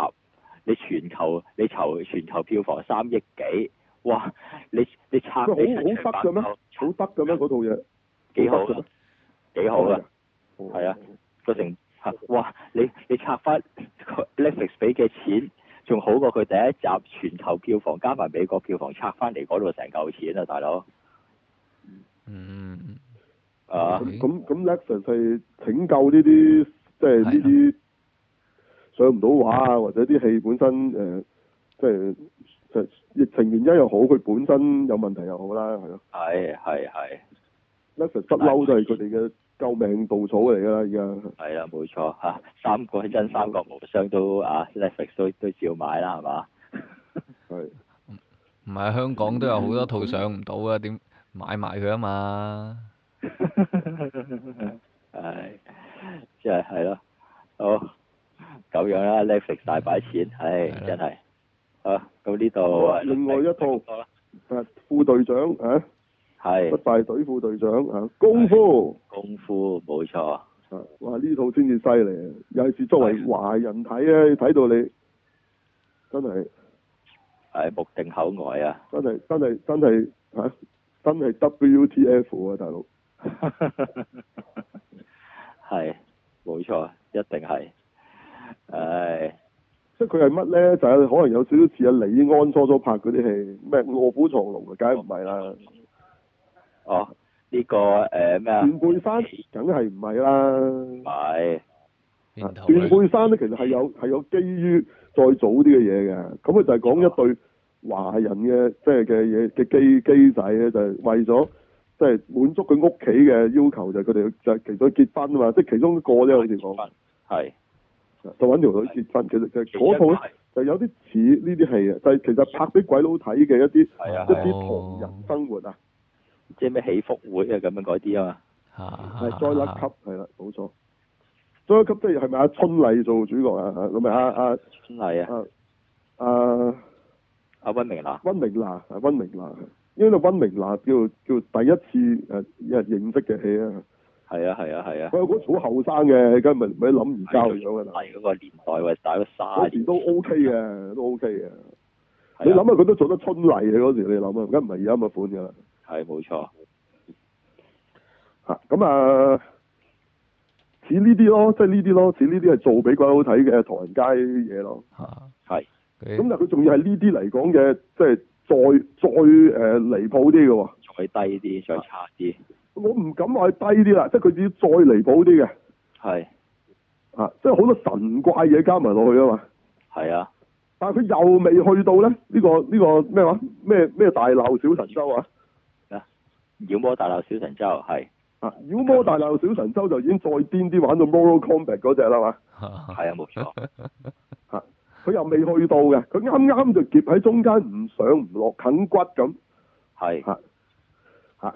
[SPEAKER 2] 你全球你籌全球票房三億幾，哇！你你拆
[SPEAKER 1] 喂好
[SPEAKER 2] 你拆
[SPEAKER 1] 好得嘅咩好得嘅咩？嗰套嘢
[SPEAKER 2] 幾好
[SPEAKER 1] 好得
[SPEAKER 2] 啊幾好啊！
[SPEAKER 1] 哦
[SPEAKER 2] 係啊個成嚇哇！你你拆翻 Netflix 俾嘅錢，仲好過佢第一集全球票房加埋美國票房拆翻嚟嗰度成嚿錢啊，大佬
[SPEAKER 3] 嗯，
[SPEAKER 2] 啊！
[SPEAKER 1] 咁咁咁 Lexus 係拯救呢啲即係呢啲上唔到畫啊，或者啲戲本身誒、呃即係即係疫情原因又好，佢本身有問題又好啦，係咯。
[SPEAKER 2] 係係係
[SPEAKER 1] Lexus 不嬲都係佢哋嘅救命稻草嚟㗎啦，而家
[SPEAKER 2] 係啦，冇錯嚇，三個真三國無雙都啊 Netflix 都都照買啦，係嘛？
[SPEAKER 1] 係
[SPEAKER 3] 唔係香港都有好多套上唔到啊，點買埋佢啊嘛？
[SPEAKER 2] 唉，即係係咯，好咁樣啦，Netflix 大把錢，唉，
[SPEAKER 3] 係啦
[SPEAKER 2] 真係啊，咁呢
[SPEAKER 1] 好
[SPEAKER 2] 度
[SPEAKER 1] 啊另外一套誒副隊長啊，不
[SPEAKER 2] 係
[SPEAKER 1] 敗隊副隊長啊，功夫
[SPEAKER 2] 功夫，冇錯，
[SPEAKER 1] 啊，哇！呢套先至犀利啊，尤其是作為華人睇咧，睇到你真係〜
[SPEAKER 2] 係目定口呆啊！
[SPEAKER 1] 真係真係真係嚇、啊真係 WTF 啊，大佬！
[SPEAKER 2] <laughs> 係冇錯，一定係，唉，
[SPEAKER 1] 即係佢係乜咧？就係、可能有少少似阿李安初初拍嗰啲戲，咩卧虎藏龍啊，梗係唔係啦。
[SPEAKER 2] 哦，呢個誒咩啊？
[SPEAKER 1] 斷背山梗係唔係
[SPEAKER 2] 唔
[SPEAKER 1] 啦。
[SPEAKER 2] 係。
[SPEAKER 1] 啊
[SPEAKER 3] 邊套
[SPEAKER 1] 斷
[SPEAKER 3] 嚟？
[SPEAKER 1] 背山咧，其實係有係有基於再早啲嘅嘢嘅。咁佢啊就係講一對華人嘅即係嘅嘢嘅基基仔咧，就係、為咗即係滿足佢屋企嘅要求，就係佢哋就係其中結婚啊嘛，即係其中一個啫，好似講。
[SPEAKER 2] 係
[SPEAKER 1] 就揾條女結婚，其實其實嗰套咧就有啲似呢啲戲啊，就係其實拍俾鬼佬睇嘅一啲一
[SPEAKER 2] 係啊，
[SPEAKER 3] 係
[SPEAKER 2] 係啊
[SPEAKER 1] 啲唐人生活啊，
[SPEAKER 2] 即係咩喜福會啊咁樣嗰啲啊嘛，
[SPEAKER 1] 係
[SPEAKER 3] 係
[SPEAKER 1] 再甩級係啦，冇錯。再一級即係係咪阿春麗做主角啊？啊咁咪阿阿
[SPEAKER 2] 真係啊，
[SPEAKER 1] 阿
[SPEAKER 2] 阿温明娜
[SPEAKER 1] 温明娜啊，温明娜，因為温明娜叫叫第一次誒有人認識嘅戲啊，
[SPEAKER 2] 係啊係啊係啊，
[SPEAKER 1] 佢嗰時好後生嘅，梗係咪咪諗而家
[SPEAKER 2] 係
[SPEAKER 1] 咁樣㗎啦。
[SPEAKER 2] 係嗰個年代喂，大咗
[SPEAKER 1] 嗰
[SPEAKER 2] 卅
[SPEAKER 1] 時
[SPEAKER 2] 年，
[SPEAKER 1] 都 OK 嘅，都 OK 嘅。你
[SPEAKER 2] 係
[SPEAKER 1] 諗
[SPEAKER 2] 啊
[SPEAKER 1] 下佢都做得春麗嘅嗰時，你諗啊，梗唔係而家咁嘅款㗎啦。
[SPEAKER 2] 係冇錯，
[SPEAKER 1] 嚇咁啊，似呢啲咯，即係呢啲咯，似呢啲係做俾鬼佬睇嘅唐人街嘢咯。
[SPEAKER 3] 嚇
[SPEAKER 2] 係
[SPEAKER 3] 佢
[SPEAKER 1] 咁但係佢仲要係呢啲嚟講嘅，即係再再誒、呃、離譜啲嘅喎。
[SPEAKER 2] 再低啲，再差啲，
[SPEAKER 1] 我唔敢話係低啲啦，即係佢要再離譜啲嘅
[SPEAKER 2] 係
[SPEAKER 1] 嚇，啊即係好多神怪嘢加埋落去啊嘛。
[SPEAKER 2] 係啊，
[SPEAKER 1] 但係佢又未去到咧，呢、個呢、個咩話咩咩大鬧小神州啊！
[SPEAKER 2] 妖魔大鬧小神州係
[SPEAKER 1] 啊！妖魔大鬧小神州就已經再癲啲玩到 moral combat 嗰只啦嘛，
[SPEAKER 2] 係啊冇錯，
[SPEAKER 1] 佢又未去到嘅，佢啱啱就夾喺中間，唔上唔落，啃骨咁。
[SPEAKER 2] 係
[SPEAKER 1] 嚇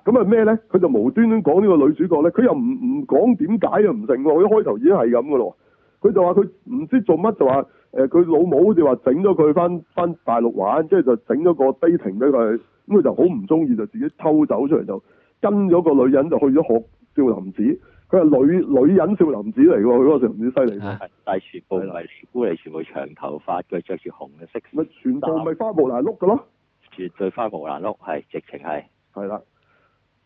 [SPEAKER 1] 咁啊咩咧？佢就無端端講呢個女主角咧，佢又唔唔講點解又唔成喎。佢一開頭已經係咁嘅咯喎。佢就話佢唔知做乜，就話誒佢老母好似話整咗佢翻翻大陸玩，跟住就整咗個 dating 俾佢，咁佢就好唔中意，就自己偷走出嚟就跟咗個女人就去咗學少林寺。佢係女女人少林寺嚟喎，佢嗰個少林寺犀利喎，
[SPEAKER 3] 啊
[SPEAKER 2] 但係全部唔係尼姑嚟，全部長頭髮，佢着住紅嘅色，
[SPEAKER 1] 咪啊全部咪花木蘭碌嘅咯。
[SPEAKER 2] 絕對花無蘭碌，係直情係
[SPEAKER 1] 係啦。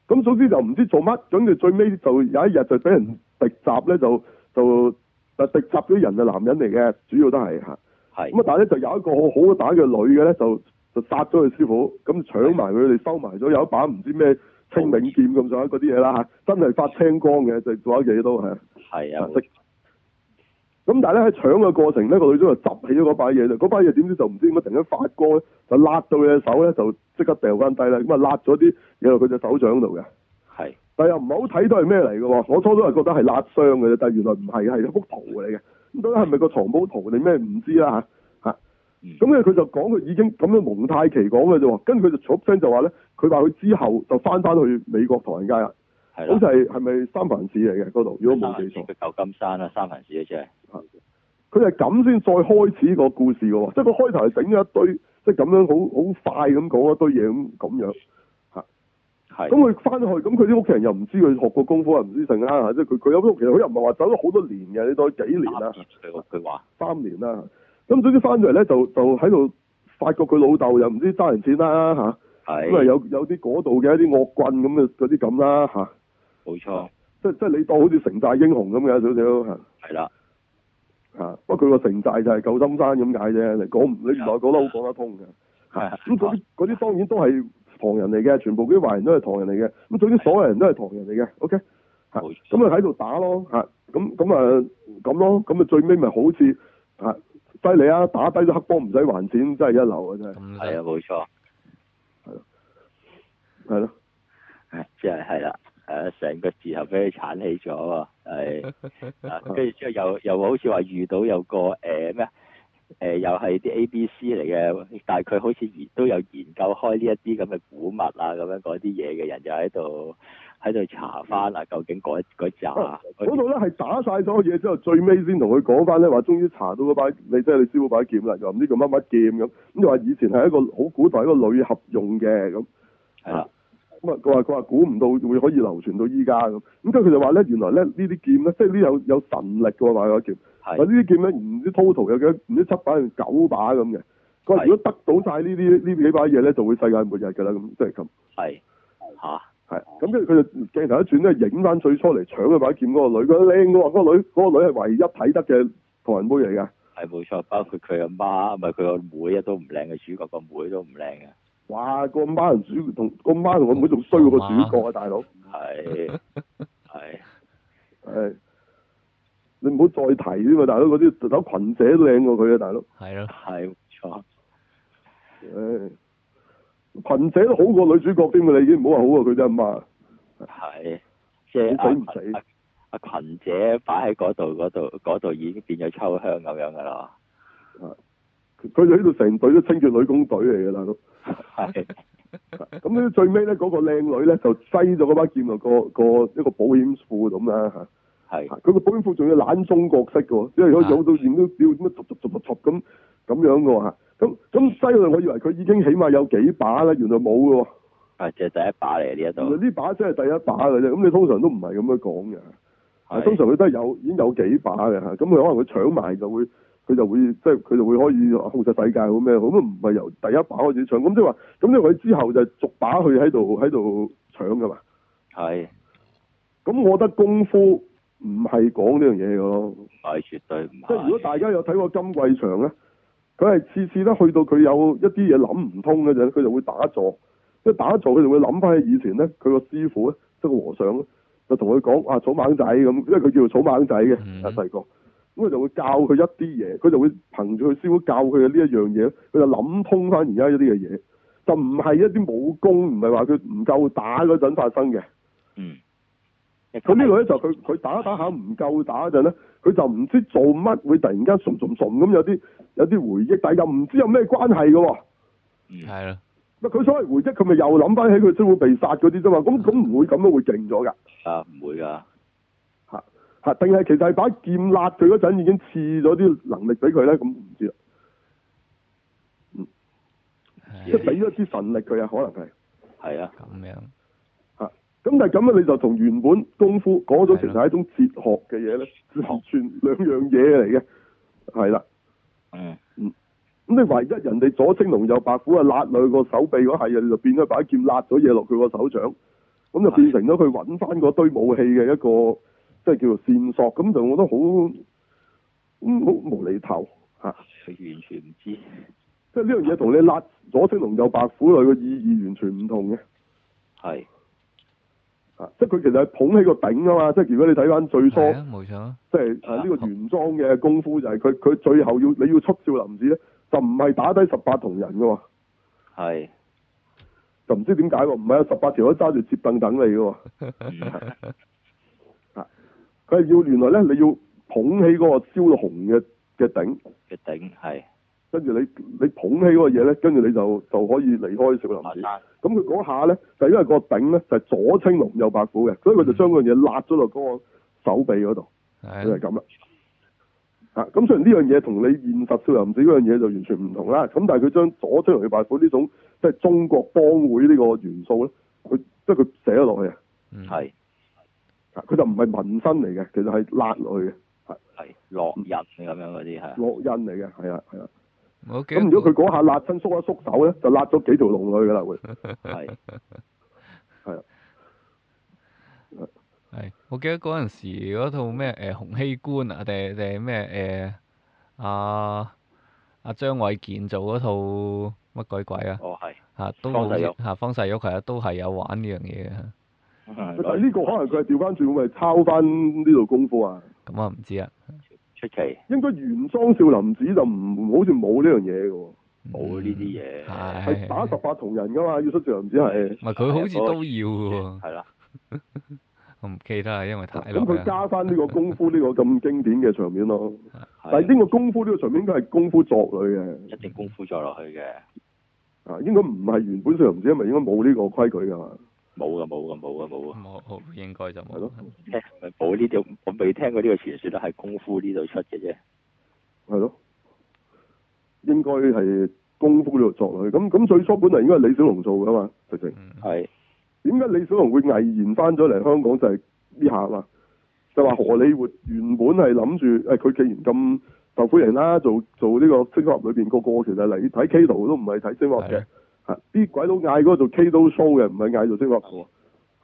[SPEAKER 1] 咁總之就唔知做乜，跟住最尾就有一日就俾人敵襲咧，就就但敵襲嗰啲人係男人嚟嘅，主要都係嚇。咁
[SPEAKER 2] 係
[SPEAKER 1] 啊，但係咧就有一個好好打嘅女嘅咧，就就殺咗佢師傅，咁搶埋佢哋收埋咗有一把唔知咩清明劍咁上下嗰啲嘢啦嚇，真係發青光嘅，就做一嘢都係。
[SPEAKER 2] 係啊，
[SPEAKER 1] 特色咁但係咧喺搶嘅過程咧，個女主角執起咗嗰把嘢就，嗰把嘢點知就唔知點解突然間發光咧，就辣到佢隻手咧就即刻掉翻低啦，咁啊辣咗啲嘢落佢隻手掌度嘅，
[SPEAKER 2] 係
[SPEAKER 1] 但又唔係好睇到係咩嚟嘅喎，我初初係覺得係辣傷嘅啫，但係原來唔係，係一幅圖嚟嘅，咁到底係咪個藏寶圖定咩唔知啦嚇。
[SPEAKER 2] 嗯
[SPEAKER 1] 咁咧佢就講佢已經咁樣蒙太奇講嘅啫喎，跟住佢就嘈聲就話咧，佢話佢之後就翻翻去美國唐人街啦，
[SPEAKER 2] 係
[SPEAKER 1] 好
[SPEAKER 2] 啦
[SPEAKER 1] 似。係係咪三藩市嚟嘅嗰度？如果冇記錯，
[SPEAKER 2] 佢舊金山啦，三藩市嘅啫。
[SPEAKER 1] 佢係咁先再開始個故事嘅喎，即係佢開頭係整咗一堆，即係咁樣好好快咁講一堆嘢咁咁樣。
[SPEAKER 2] 係
[SPEAKER 1] 咁佢翻去，咁佢啲屋企人又唔知佢學過功夫，又啊唔知成啦，即係佢佢有屋企人，佢又唔係話走咗好多年嘅，你當佢幾年啦
[SPEAKER 2] 三，年佢話佢話
[SPEAKER 1] 三年啦。咁總之翻咗嚟咧，就就喺度發覺佢老豆又唔知揸人錢啦嚇。咁啊
[SPEAKER 2] 係
[SPEAKER 1] 有有啲嗰度嘅一啲惡棍咁嘅嗰啲咁啦嚇，
[SPEAKER 2] 冇錯，
[SPEAKER 1] 即即你當好似城寨英雄咁嘅有少少
[SPEAKER 2] 係啦，
[SPEAKER 1] 嚇嚇，不過啊佢個城寨就係舊金山咁解啫，你講唔你原來講得好講得通嘅
[SPEAKER 2] 係
[SPEAKER 1] 嚇，咁嗰啲嗰啲當然都係唐人嚟嘅，全部嗰啲華人都係唐人嚟嘅，咁總之所有人都係唐人嚟嘅，OK，嚇
[SPEAKER 2] 冇錯
[SPEAKER 1] 咁啊喺度打咯嚇，咁咁啊咁咯，咁啊最尾咪好似嚇犀利啊，打低咗黑幫唔使還錢，真係一流啊真係，
[SPEAKER 3] 咁
[SPEAKER 2] 係啊，
[SPEAKER 3] 犀
[SPEAKER 2] 冇錯，
[SPEAKER 1] 係咯。
[SPEAKER 2] 啊即係係啦，誒成個字頭俾佢鏟起咗喎，
[SPEAKER 3] <laughs>
[SPEAKER 2] 係。啊跟住之後又又好似話遇到有個誒咩啊誒又係啲 A B C 嚟嘅，但係佢好似研都有研究開呢一啲咁嘅古物啊咁樣嗰啲嘢嘅人，就喺度喺度查翻啊，究竟嗰嗰扎
[SPEAKER 1] 啊嗰度咧係打晒所有嘢之後，最尾先同佢講翻咧話，終於查到嗰把你即係你師傅把劍啦，又唔知叫乜乜劍咁，咁又話以前係一個好古代一個女俠用嘅咁，
[SPEAKER 2] 係啦，
[SPEAKER 1] 咁啊佢話佢話估唔到會可以流傳到依家咁，咁跟住佢就話咧原來咧呢啲劍咧即係呢有有神力嘅喎話嗰劍，話
[SPEAKER 2] 係
[SPEAKER 1] 呢啲劍咧唔知 total 有幾多唔知七把定九把咁嘅，佢話
[SPEAKER 2] 係
[SPEAKER 1] 如果得到晒呢啲呢幾把嘢咧就會世界末日㗎啦咁，即係咁。
[SPEAKER 2] 係嚇
[SPEAKER 1] 係，咁跟住佢就鏡頭一轉咧，影翻最初嚟搶佢把劍嗰個女，佢靚嘅喎，嗰、個女嗰、個女係唯一睇得嘅唐人妹嚟嘅，
[SPEAKER 2] 係冇錯，包括佢阿媽，唔係佢個妹啊都唔靚嘅，主角個妹都唔靚嘅，
[SPEAKER 1] 哇！個媽同主同個媽同個妹仲衰過個主角啊，大佬，
[SPEAKER 2] 係係
[SPEAKER 1] 係你唔好再提添啊，大佬嗰啲有裙姐都靚過佢啊，大佬，
[SPEAKER 3] 係咯，
[SPEAKER 2] 係冇錯，
[SPEAKER 1] 唉，裙姐都好過女主角添嘅，你已經唔好話好過佢啫，阿媽，
[SPEAKER 2] 係即
[SPEAKER 1] 你
[SPEAKER 2] 係
[SPEAKER 1] 死唔
[SPEAKER 2] 阿
[SPEAKER 1] 死？
[SPEAKER 2] 阿群姐擺喺嗰度嗰度嗰度已經變咗秋香咁樣㗎啦，
[SPEAKER 1] 佢哋呢度成隊都清潔女工隊嚟嘅，大佬。
[SPEAKER 2] 係
[SPEAKER 1] 咁咧最尾咧嗰個靚女咧就擠咗嗰把劍落個個一個保險庫咁啦嚇。 <laughs>
[SPEAKER 2] 係
[SPEAKER 1] 佢個保險庫仲要懶中角色嘅喎，因為有
[SPEAKER 3] 啊
[SPEAKER 1] 有到面都吊咁樣逐逐逐逐逐咁咁樣嘅喎嚇咁咁犀利，我以為佢已經起碼有幾把啦，原來冇嘅喎。
[SPEAKER 2] 啊，就係第一把嚟呢一
[SPEAKER 1] 原
[SPEAKER 2] 度
[SPEAKER 1] 來呢把真係第一把嘅啫。咁你通常都唔係咁樣講嘅，
[SPEAKER 2] 係，
[SPEAKER 1] 通常佢都係有已經有幾把嘅嚇。咁佢可能佢搶埋就會。佢就會即係佢就會可以控制世界好咩好咁啊唔係由第一把開始搶咁即係話咁即係佢之後就逐把去喺度喺度搶噶嘛
[SPEAKER 2] 係
[SPEAKER 1] 咁我覺得功夫唔係講呢樣嘢嘅咯，
[SPEAKER 2] 唔係絕對唔係，
[SPEAKER 1] 即係如果大家有睇過金貴祥咧，佢係次次咧去到佢有一啲嘢諗唔通嗰陣，佢就會打坐，即係打坐佢就會諗翻起以前咧，佢個師傅咧，即係個和尚咧，就同佢講啊草蜢仔咁，因為佢叫做草蜢仔嘅，
[SPEAKER 3] 嗯
[SPEAKER 1] 啊細個，咁佢就會教佢一啲嘢，佢就會憑住佢師傅教佢嘅呢一樣嘢，佢就諗通翻而家一啲嘅嘢，就唔係一啲武功，唔係話佢唔夠打嗰陣發生嘅。
[SPEAKER 2] 嗯，
[SPEAKER 1] 咁呢度咧就佢佢打打下唔夠打嗰陣咧，佢就唔知做乜會突然間熟熟熟咁有啲有啲回憶，但係又唔知有咩關係嘅喎。
[SPEAKER 2] 嗯
[SPEAKER 3] 係咯，啊
[SPEAKER 1] 咪佢所謂回憶，佢咪又諗翻起佢師傅被殺嗰啲啫嘛。咁咁唔會咁樣會勁咗㗎
[SPEAKER 2] 啊唔會㗎，
[SPEAKER 1] 嚇？定係其實係把劍辣佢嗰陣已經賜咗啲能力俾佢咧？咁唔知啦，即係
[SPEAKER 3] 係
[SPEAKER 1] 俾咗啲神力佢啊，可能係。
[SPEAKER 2] 係啊
[SPEAKER 3] 咁樣，
[SPEAKER 1] 咁但係咁樣你就同原本功夫講咗其實係一種哲學嘅嘢咧，完全兩樣嘢嚟嘅，係啦。
[SPEAKER 2] 嗯
[SPEAKER 1] 咁你唯一人哋左青龍右白虎啊，揦兩個手臂嗰係啊，你就變咗把劍揦咗嘢落佢個手掌，咁就變成咗佢揾翻嗰堆武器嘅一個即係叫做線索，咁就我覺得好嗯咁好無厘頭嚇，
[SPEAKER 2] 佢完全唔知
[SPEAKER 1] 即係呢樣嘢同你揦左青龍右白虎類嘅意義完全唔同嘅。
[SPEAKER 2] 係
[SPEAKER 1] 啊即係佢其實係捧起個頂啊嘛，即係如果你睇翻最初
[SPEAKER 3] 係啊，冇錯啊，
[SPEAKER 1] 即係啊呢個原裝嘅功夫就係佢佢最後要你要出少林寺咧，就唔係打低十八銅人噶喎，
[SPEAKER 2] 係，
[SPEAKER 1] 就唔知點解喎，唔係啊十八條友揸住接凳等你嘅喎， <laughs>
[SPEAKER 2] 嗯
[SPEAKER 1] 佢係要原來咧你要捧起嗰個燒到紅嘅嘅頂，
[SPEAKER 2] 嘅頂係
[SPEAKER 1] 跟住你你捧起嗰個嘢咧，跟住你就就可以離開少林
[SPEAKER 2] 學
[SPEAKER 1] 寺。
[SPEAKER 2] 生
[SPEAKER 1] 咁佢嗰下咧，就因為個頂咧就係、左青龍右白虎嘅，所以佢就將嗰樣嘢揦咗落嗰個手臂嗰度，佢就係
[SPEAKER 3] 係啊
[SPEAKER 1] 咁啦。啊，咁雖然呢樣嘢同你現實少林寺嗰樣嘢就完全唔同啦，咁但係佢將左青龍右白虎呢種即係中國幫會呢個元素咧，佢即係佢寫咗落去啊，
[SPEAKER 3] 嗯
[SPEAKER 2] 係
[SPEAKER 1] 啊佢就唔係紋身嚟嘅，其實係揦落去嘅，
[SPEAKER 2] 係落印咁樣嗰啲係，
[SPEAKER 1] 落印嚟嘅，係啊係啊。
[SPEAKER 3] 我記得
[SPEAKER 1] 咁如果佢嗰下揦親縮一縮手咧，就揦咗幾條龍落去㗎啦會。
[SPEAKER 2] 係
[SPEAKER 3] 係，我記得嗰陣時嗰套咩誒、紅禧官啊，定係定係咩誒阿阿張偉健做嗰套乜鬼鬼啊？
[SPEAKER 2] 哦係，
[SPEAKER 3] 嚇、都
[SPEAKER 2] 方
[SPEAKER 3] 好
[SPEAKER 2] 世
[SPEAKER 3] 似
[SPEAKER 2] 玉
[SPEAKER 3] 嚇方世玉係啊，都係有玩呢樣嘢嘅。
[SPEAKER 1] 嗯但係呢個可能佢係調翻轉，會係抄翻呢度功夫啊。
[SPEAKER 3] 咁啊唔知啊，
[SPEAKER 2] 出奇
[SPEAKER 1] 應該原裝少林寺就唔好似冇呢樣嘢嘅喎，
[SPEAKER 2] 冇呢啲嘢，
[SPEAKER 3] 嗯係
[SPEAKER 1] 係打十八銅人噶嘛，要出少林寺係。
[SPEAKER 3] 唔係佢好似都要嘅喎，
[SPEAKER 2] 係啦，
[SPEAKER 3] 我唔記得啦，因為太耐
[SPEAKER 1] 咁佢
[SPEAKER 3] 啦。
[SPEAKER 1] 加翻呢個功夫呢個咁經典嘅場面咯，但係
[SPEAKER 2] 係
[SPEAKER 1] 呢個功夫呢個場面應該係功夫作女嘅，
[SPEAKER 2] 一定功夫咗落去嘅，
[SPEAKER 1] 啊應該唔係原本少林寺，因為應該冇呢個規矩㗎嘛，
[SPEAKER 2] 冇噶冇噶冇噶冇噶，
[SPEAKER 3] 冇好應該就
[SPEAKER 1] 係
[SPEAKER 3] 冇
[SPEAKER 1] 咯。嗯
[SPEAKER 2] 冇呢啲我未聽過呢個傳說啦，係功夫呢度出嘅啫，
[SPEAKER 1] 係咯，應該係功夫呢個作女，咁咁最初本嚟應該係李小龍做㗎嘛，直情。
[SPEAKER 3] 嗯
[SPEAKER 2] 係
[SPEAKER 1] 點解李小龍會毅然翻咗嚟香港就係呢下嘛？就話荷里活原本係諗住誒，佢、既然咁受歡迎啦，做做呢個《星俠》裏邊個個其實嚟睇 K 圖都唔係睇星俠
[SPEAKER 3] 係
[SPEAKER 1] 嘅
[SPEAKER 3] 啊，
[SPEAKER 1] 嚇啲鬼佬嗌嗰個做 K 圖 show 嘅，唔係嗌做星俠嘅喎，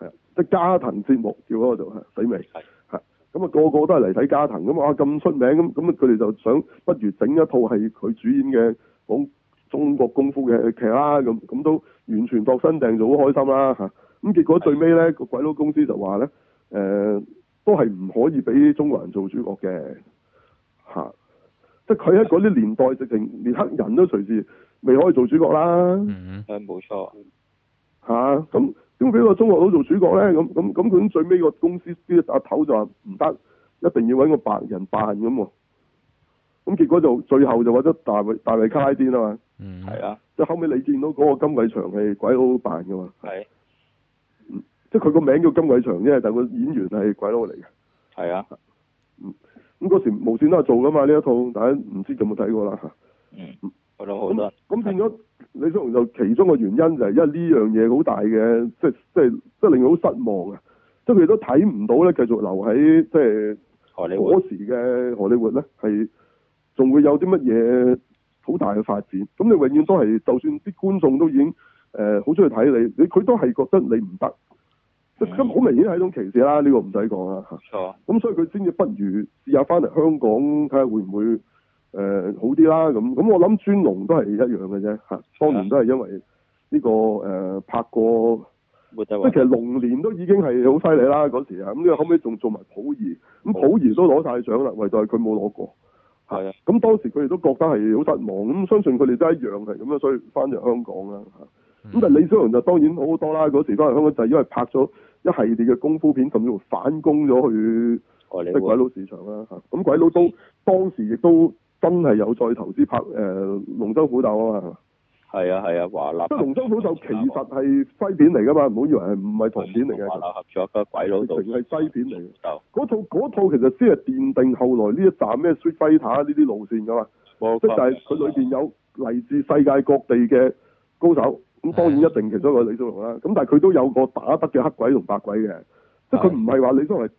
[SPEAKER 1] 係啊，即係加藤節目叫嗰個做係啊死未
[SPEAKER 2] 係
[SPEAKER 1] 嚇，咁啊個個都係嚟睇加藤咁啊咁出名咁咁啊佢哋就想不如整一套係佢主演嘅講中國功夫嘅劇啦，咁咁都完全度身訂造，好開心啦嚇。咁結果最尾咧，個鬼佬公司就話咧，誒、都係唔可以俾中國人做主角嘅嚇、即係佢喺嗰啲年代直情連黑人都隨時未可以做主角啦
[SPEAKER 3] 嗯
[SPEAKER 2] 誒冇錯，
[SPEAKER 1] 嚇，啊咁點解俾個中國佬做主角咧？咁咁咁佢最尾個公司啲阿頭就話唔得，一定要揾個白人扮咁喎。咁結果就最後就揾咗大衛大衛卡拉甸啊嘛，
[SPEAKER 3] 嗯
[SPEAKER 2] 係啊
[SPEAKER 1] 即係後尾你見到嗰個金偉祥係鬼佬扮噶嘛。
[SPEAKER 2] 係
[SPEAKER 1] 即係佢個名叫金偉祥啫，但係個演員係鬼佬嚟嘅。
[SPEAKER 2] 係啊
[SPEAKER 1] 咁嗰時無線都有做噶嘛呢一套，大家唔知有冇睇過啦嚇。
[SPEAKER 2] 嗯，我諗好
[SPEAKER 1] 咁
[SPEAKER 2] 多
[SPEAKER 1] 咁變咗李小龍就其中個原因就係因為呢樣嘢好大嘅，即係即係即係令佢好失望啊！即係佢哋都睇唔到咧，繼續留喺即係
[SPEAKER 2] 荷里活
[SPEAKER 1] 嗰時嘅荷里活咧，係仲會有啲乜嘢好大嘅發展。咁你永遠都係，就算啲觀眾都已經誒好中意睇你，你佢都係覺得你唔得。即係咁好明顯係一種歧視啦，呢、個唔使講啦嚇。
[SPEAKER 2] 冇錯，
[SPEAKER 1] 咁所以佢先至不如試下翻嚟香港睇下會唔會誒、呃好啲啦咁。咁我諗尊龍都係一樣嘅啫嚇，當年都係因為呢、個誒、呃拍過，
[SPEAKER 2] 冇得
[SPEAKER 1] 即
[SPEAKER 2] 話
[SPEAKER 1] 係其實龍年都已經係好犀利啦嗰時啊。咁呢後尾仲做埋溥儀，咁溥儀都攞晒獎啦，唯獨係佢冇攞過。
[SPEAKER 2] 係啊
[SPEAKER 1] 咁當時佢哋都覺得係好失望，咁相信佢哋都一樣係咁樣，所以翻咗香港啦嚇。
[SPEAKER 3] 嗯
[SPEAKER 1] 咁啊但係李小龍就當然好好多啦，嗰時翻嚟香港就係因為拍咗一系列嘅功夫片，甚至乎反攻咗去。
[SPEAKER 2] 荷里
[SPEAKER 1] 即係鬼
[SPEAKER 2] 活
[SPEAKER 1] 佬市場啦嚇。咁鬼佬
[SPEAKER 2] 嗯
[SPEAKER 1] 都當時亦都真係有再投資拍誒、呃、龍舟虎鬥啊嘛。
[SPEAKER 2] 係啊係啊啊華納，
[SPEAKER 1] 即係龍舟虎鬥其實係西片嚟噶嘛，唔好以為係唔係唐片嚟
[SPEAKER 2] 華
[SPEAKER 1] 嘅，
[SPEAKER 2] 納合作嘅鬼佬度
[SPEAKER 1] 直情係西片嚟嘅。
[SPEAKER 2] 就
[SPEAKER 1] 嗰套嗰套其實先係奠定後來呢一站咩 Street Fighter 啊呢啲路線噶嘛，
[SPEAKER 2] 冇
[SPEAKER 1] 即係就係佢裏邊有嚟自世界各地嘅高手，咁當然一定其中一個李小龍啦。咁但係佢都有個打得嘅黑鬼同白鬼嘅，即係佢唔係話李小龍係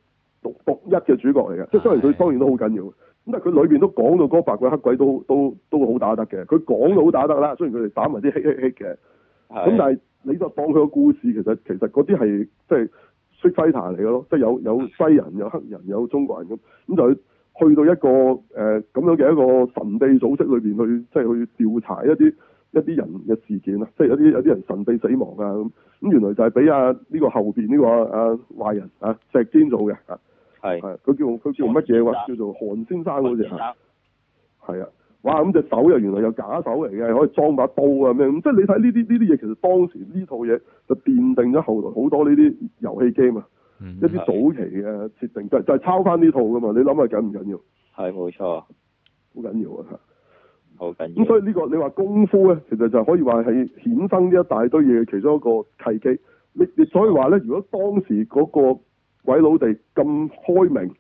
[SPEAKER 1] 獨獨一嘅主角嚟嘅，即係雖然佢
[SPEAKER 3] 係
[SPEAKER 1] 當然都好緊要，咁但係佢裏邊都講到嗰個白鬼黑鬼都都都好打得嘅，佢講到好打得啦，雖然佢哋打埋啲嘿嘿嘿嘅，咁但係你就當佢個故事其實其實嗰啲係即係 Street Fighter 嚟嘅咯，即係有有西人有黑人有中國人咁，咁就去呃去到一個誒咁、樣嘅一個神秘組織裏邊去，即係去調查一啲一啲人嘅事件啊，即係有啲有啲人神秘死亡啊咁，咁原來就係俾啊呢個後邊呢、個啊壞人啊石堅做嘅啊，係
[SPEAKER 2] 係
[SPEAKER 1] 佢叫佢叫乜嘢話？叫做韓先生好似係。係啊，哇！咁隻手又原來有假手嚟嘅，可以裝把刀啊咩咁，即係你睇呢啲呢啲嘢，其實當時呢套嘢就奠定咗後來好多呢啲遊戲 game 啊，
[SPEAKER 3] 嗯
[SPEAKER 1] 一啲早期嘅設定就係就係抄翻呢套噶嘛，你諗下緊唔緊要？
[SPEAKER 2] 係冇錯，
[SPEAKER 1] 好緊要啊！
[SPEAKER 2] 好緊要
[SPEAKER 1] 咁。所以呢、個你話功夫咧，其實就可以話係衍生呢一大堆嘢嘅其中一個契機。你你所以話咧，如果當時嗰個鬼佬地咁開明，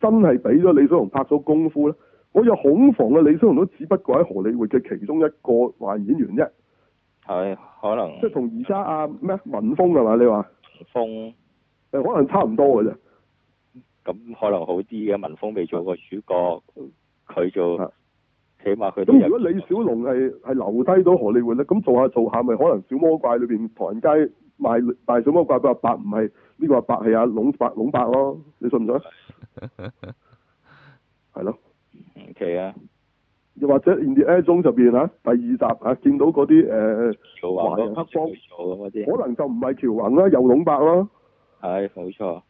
[SPEAKER 1] 真係俾咗李小龍拍咗功夫咧，我有恐防嘅李小龍都只不過喺荷里活嘅其中一個扮演員啫，
[SPEAKER 2] 係可能
[SPEAKER 1] 即係同而家阿咩文峰係嘛？你話
[SPEAKER 2] 風
[SPEAKER 1] 誒可能差唔多嘅啫，
[SPEAKER 2] 咁可能好啲嘅，文峰未做過主角，佢做
[SPEAKER 1] 啊，
[SPEAKER 2] 起碼佢都
[SPEAKER 1] 咁
[SPEAKER 2] 有。
[SPEAKER 1] 如果李小龍係係留低到荷里活咧，咁做下做下咪可能小魔怪裏邊唐人街賣賣小魔怪嘅阿伯唔係呢個阿伯係阿龍伯龍伯咯，你信唔信啊？係咯，
[SPEAKER 2] 唔奇啊，
[SPEAKER 1] 又或者《In the Air》中入邊嚇第二集嚇、啊，見到嗰啲誒，
[SPEAKER 2] 做話
[SPEAKER 1] 華人黑幫
[SPEAKER 2] 做咁嗰啲，
[SPEAKER 1] 可能就唔係喬宏啦，又龍伯咯，
[SPEAKER 2] 係冇錯，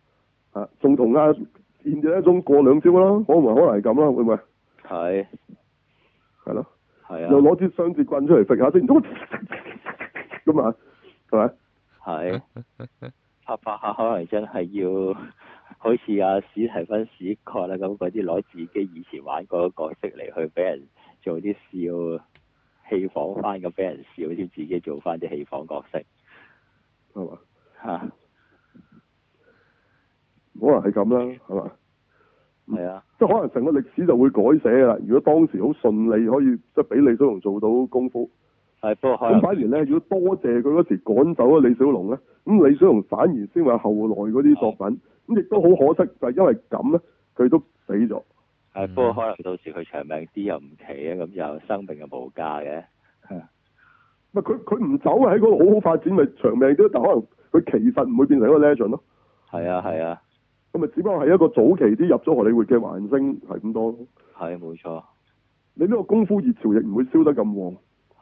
[SPEAKER 1] 啊，仲同阿《In the Air》中過兩招啦，可能可能係咁啦，會唔會？
[SPEAKER 2] 係
[SPEAKER 1] 係咯，又
[SPEAKER 2] 係啊
[SPEAKER 1] 攞支雙截棍出嚟揈下先，咁啊，係咪？
[SPEAKER 2] 啊，
[SPEAKER 3] <laughs>
[SPEAKER 2] 係拍拍下可能真係要 <laughs> 好似阿史提芬史確啦咁嗰啲攞自己以前玩過嘅角色嚟去俾人做啲笑戲仿翻咁俾人笑，先自己做翻啲戲仿角色
[SPEAKER 1] 係嘛？
[SPEAKER 2] 嚇，
[SPEAKER 1] 可能係咁啦，係嘛？
[SPEAKER 3] 嗯
[SPEAKER 2] 係啊，
[SPEAKER 1] 即係可能成個歷史就會改寫啦。如果當時好順利，可以即係俾李小龍做到功夫，
[SPEAKER 2] 係啊不過可
[SPEAKER 1] 咁
[SPEAKER 2] 能
[SPEAKER 1] 反而咧，如果多謝佢嗰時趕走咗李小龍咧，咁李小龍反而先話後來嗰啲作品，咁亦都好可惜，就係、因為咁咧，佢都死咗。
[SPEAKER 2] 係
[SPEAKER 3] 嗯
[SPEAKER 2] 不過可能到時佢長命啲又唔奇啊，咁就生命又無價嘅，
[SPEAKER 1] 唔係佢佢唔走喺嗰度好好發展，咪長命啲，但可能佢其實唔會變成一個 legend 咯。
[SPEAKER 2] 係
[SPEAKER 3] 嗯
[SPEAKER 2] 啊係啊，
[SPEAKER 1] 咁咪只不過係一個早期啲入咗荷里活嘅環星係咁多咯。
[SPEAKER 2] 係冇錯，
[SPEAKER 1] 你呢個功夫熱潮亦唔會燒得咁旺。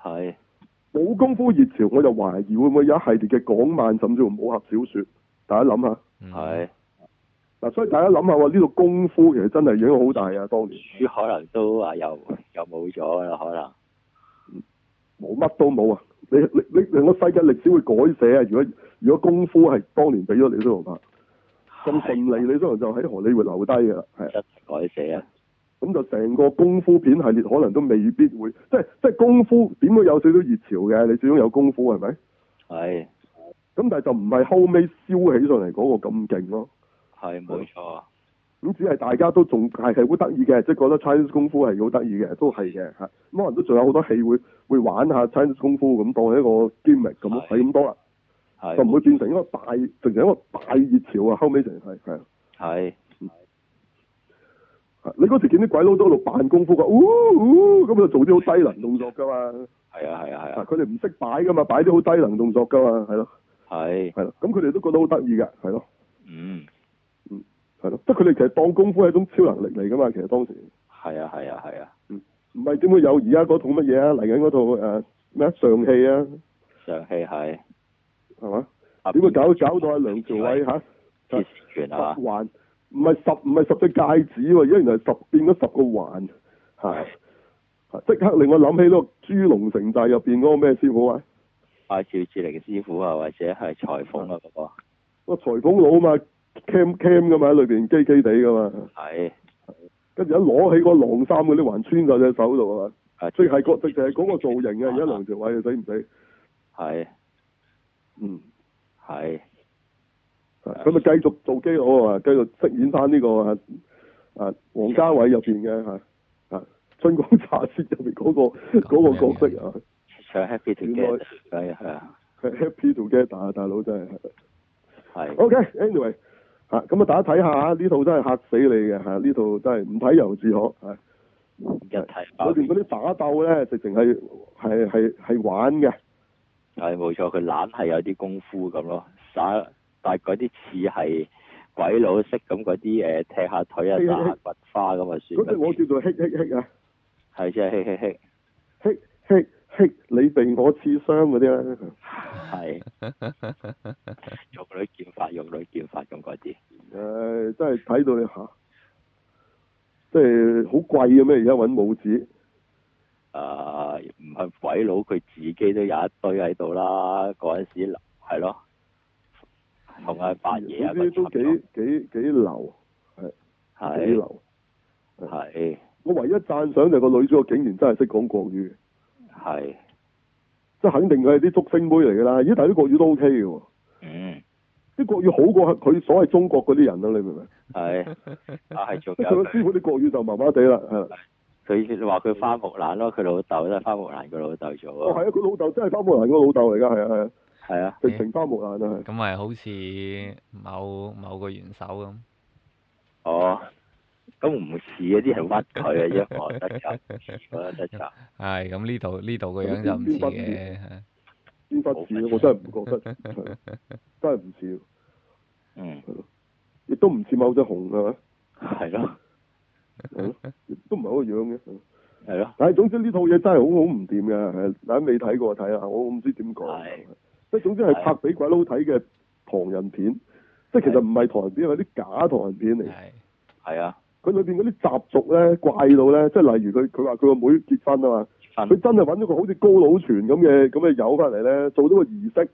[SPEAKER 2] 係
[SPEAKER 1] 冇功夫熱潮，我就懷疑會唔會有一系列嘅港漫甚至乎武俠小說。大家諗下，
[SPEAKER 3] 嗯
[SPEAKER 2] 係。
[SPEAKER 1] 嗱，所以大家諗下喎，呢度功夫其實真係影響好大啊！當年
[SPEAKER 2] 主可能都話又又冇咗啦，可能
[SPEAKER 1] 冇乜都冇啊！你你你令個世界歷史會改寫啊！如果如果功夫係當年俾咗李小龍拍咁順利，李小龍就喺荷里活留低㗎啦，係啊
[SPEAKER 2] 係一改寫啊，
[SPEAKER 1] 咁就成個功夫片系列可能都未必會，即係即係功夫點會有少少熱潮嘅？你始終有功夫係咪？
[SPEAKER 2] 係
[SPEAKER 1] 咁但係就唔係後尾燒起上嚟嗰個咁勁咯。
[SPEAKER 2] 係冇錯，
[SPEAKER 1] 咁只係大家都仲係係好得意嘅，即係覺得 Chinese 功夫係好得意嘅，都係嘅嚇。咁可能都仲有好多戲會會玩下 Chinese 功夫咁當係一個 gimmick 咁咯，
[SPEAKER 2] 係
[SPEAKER 1] 係咁多啦，就唔
[SPEAKER 2] 係
[SPEAKER 1] 會變成一個大，成成一個大熱潮啊！後尾成係係
[SPEAKER 2] 係
[SPEAKER 1] 係啊你嗰時見啲鬼佬都喺度扮功夫㗎，呜呜咁就做啲好低能動作㗎嘛，
[SPEAKER 2] 係啊係啊係
[SPEAKER 1] 啊
[SPEAKER 2] 啊
[SPEAKER 1] 佢哋唔識擺㗎嘛，擺啲好低能動作㗎嘛，係咯
[SPEAKER 2] 係，
[SPEAKER 1] 係咯，咁佢哋都覺得好得意嘅，係咯
[SPEAKER 2] 嗯
[SPEAKER 1] 係咯，即係佢哋其實當功夫係一種超能力嚟㗎嘛，其實當時。
[SPEAKER 2] 係啊係啊係啊，
[SPEAKER 1] 唔係點會有而家嗰套乜嘢啊？嚟緊嗰套誒咩啊上戲啊，
[SPEAKER 2] 上戲係
[SPEAKER 1] 係嘛？啊點會搞搞到阿梁朝偉
[SPEAKER 2] 啊
[SPEAKER 1] 嚇
[SPEAKER 2] 鐵線拳
[SPEAKER 1] 十
[SPEAKER 2] 啊嘛，
[SPEAKER 1] 環？唔係十唔係十隻戒指喎，而家原來係十變咗十個環嚇
[SPEAKER 2] 係。
[SPEAKER 1] 嚇即刻令我諗起嗰個豬龍城寨入邊嗰個咩師傅啊？
[SPEAKER 2] 阿趙志玲師傅啊，或者係裁縫啊嗰個
[SPEAKER 1] 個裁縫佬啊嘛，cam cam 噶嘛，喺裏邊基基地噶嘛，
[SPEAKER 2] 係
[SPEAKER 1] 跟住一攞起個晾衫嗰啲環穿晒隻手度啊嘛，
[SPEAKER 2] 啊，
[SPEAKER 1] 即係個直情係嗰個造型啊！而家梁朝偉死唔死？
[SPEAKER 2] 係
[SPEAKER 1] 嗯。
[SPEAKER 2] 係
[SPEAKER 1] 佢咪啊繼續做基佬啊，繼續飾演翻呢、個啊啊王家衞入邊嘅嚇啊春光乍泄入邊嗰個 <laughs> 嗰個角色啊，
[SPEAKER 2] 唱 Happy
[SPEAKER 1] 原來
[SPEAKER 2] Together 係啊
[SPEAKER 1] 係 happy together 啊大佬真係。
[SPEAKER 2] 係
[SPEAKER 1] OK，anyway、嚇咁啊，大家睇下啊呢套真係嚇死你嘅嚇，呢套真係唔睇由自可嚇。
[SPEAKER 2] 一睇啊爆
[SPEAKER 1] 裏邊嗰啲打鬥咧，直情係係係係玩嘅，
[SPEAKER 2] 係冇錯，佢懶係有啲功夫咁咯，耍但係嗰啲似係鬼佬式咁嗰啲誒踢下腿啊
[SPEAKER 1] 嘿、嘿
[SPEAKER 2] 打下骨花咁啊
[SPEAKER 1] 嗰只我
[SPEAKER 2] 算啦，
[SPEAKER 1] 叫做 hit hit hit 啊
[SPEAKER 2] 係即係嘿嘿嘿，
[SPEAKER 1] hit hit 戚你被我刺傷嗰啲咧，
[SPEAKER 2] 係用女劍法，用女劍法咁嗰啲，
[SPEAKER 1] 唉、真係睇到你嚇，即係好貴嘅咩？而家揾武指，
[SPEAKER 2] 誒呃唔係鬼佬佢自己都有一堆喺度啦，嗰陣時係咯，同阿八爺啊
[SPEAKER 1] 呢啲都
[SPEAKER 2] 嗰
[SPEAKER 1] 幾幾幾流，幾
[SPEAKER 2] 係
[SPEAKER 1] 流。
[SPEAKER 2] 係
[SPEAKER 1] 我唯一讚賞就係個女主角竟然真係識講國語，
[SPEAKER 2] 係
[SPEAKER 1] 即係肯定佢係啲竹星妹嚟㗎啦。咦，但係啲國語都 OK 嘅喎，
[SPEAKER 2] 嗯
[SPEAKER 1] 啲國語好過佢所謂中國嗰啲人啦，啊你明唔明？
[SPEAKER 2] 係啊係仲
[SPEAKER 1] 即係佢
[SPEAKER 2] 有
[SPEAKER 1] 個師傅啲國語就麻麻地啦，係啦。
[SPEAKER 2] 佢話佢花木蘭咯，佢老豆都係花木蘭佢老豆
[SPEAKER 1] 哦，
[SPEAKER 2] 做
[SPEAKER 1] 係
[SPEAKER 2] 啊，
[SPEAKER 1] 啊，佢老豆真係花木蘭個老豆嚟㗎，係啊係啊，
[SPEAKER 2] 係啊
[SPEAKER 1] 直情花木蘭啊，係。
[SPEAKER 3] 咁咪好似某某個元首咁，
[SPEAKER 2] 哦。咁唔似啊！啲人屈佢啊，因為我覺得就，我覺得就
[SPEAKER 3] 係咁呢度呢度個樣就唔似嘅，係
[SPEAKER 1] 邊忽似啊我真係唔覺得，
[SPEAKER 2] <laughs>
[SPEAKER 1] 係真係唔似，
[SPEAKER 2] 嗯，
[SPEAKER 1] 亦都唔似某隻熊係咪？
[SPEAKER 2] 係咯，
[SPEAKER 1] 係
[SPEAKER 2] 嗯
[SPEAKER 1] 咯，亦都唔係嗰個樣嘅。係
[SPEAKER 2] 係咯，
[SPEAKER 1] 但係總之呢套嘢真係好好唔掂嘅，係大家未睇過睇下，我我唔知點講
[SPEAKER 2] 係。
[SPEAKER 1] 即係總之係
[SPEAKER 2] 係
[SPEAKER 1] 拍俾鬼佬睇嘅唐人片，即係其實唔係唐人片，係啲假唐人片嚟。
[SPEAKER 3] 係
[SPEAKER 2] 係啊，
[SPEAKER 1] 佢裏邊嗰啲習俗咧怪到咧，即係例如佢佢話佢個妹結婚啊嘛，
[SPEAKER 2] 分
[SPEAKER 1] 佢真係揾咗個好似高佬泉咁嘅咁嘅友翻嚟咧，做咗個儀式。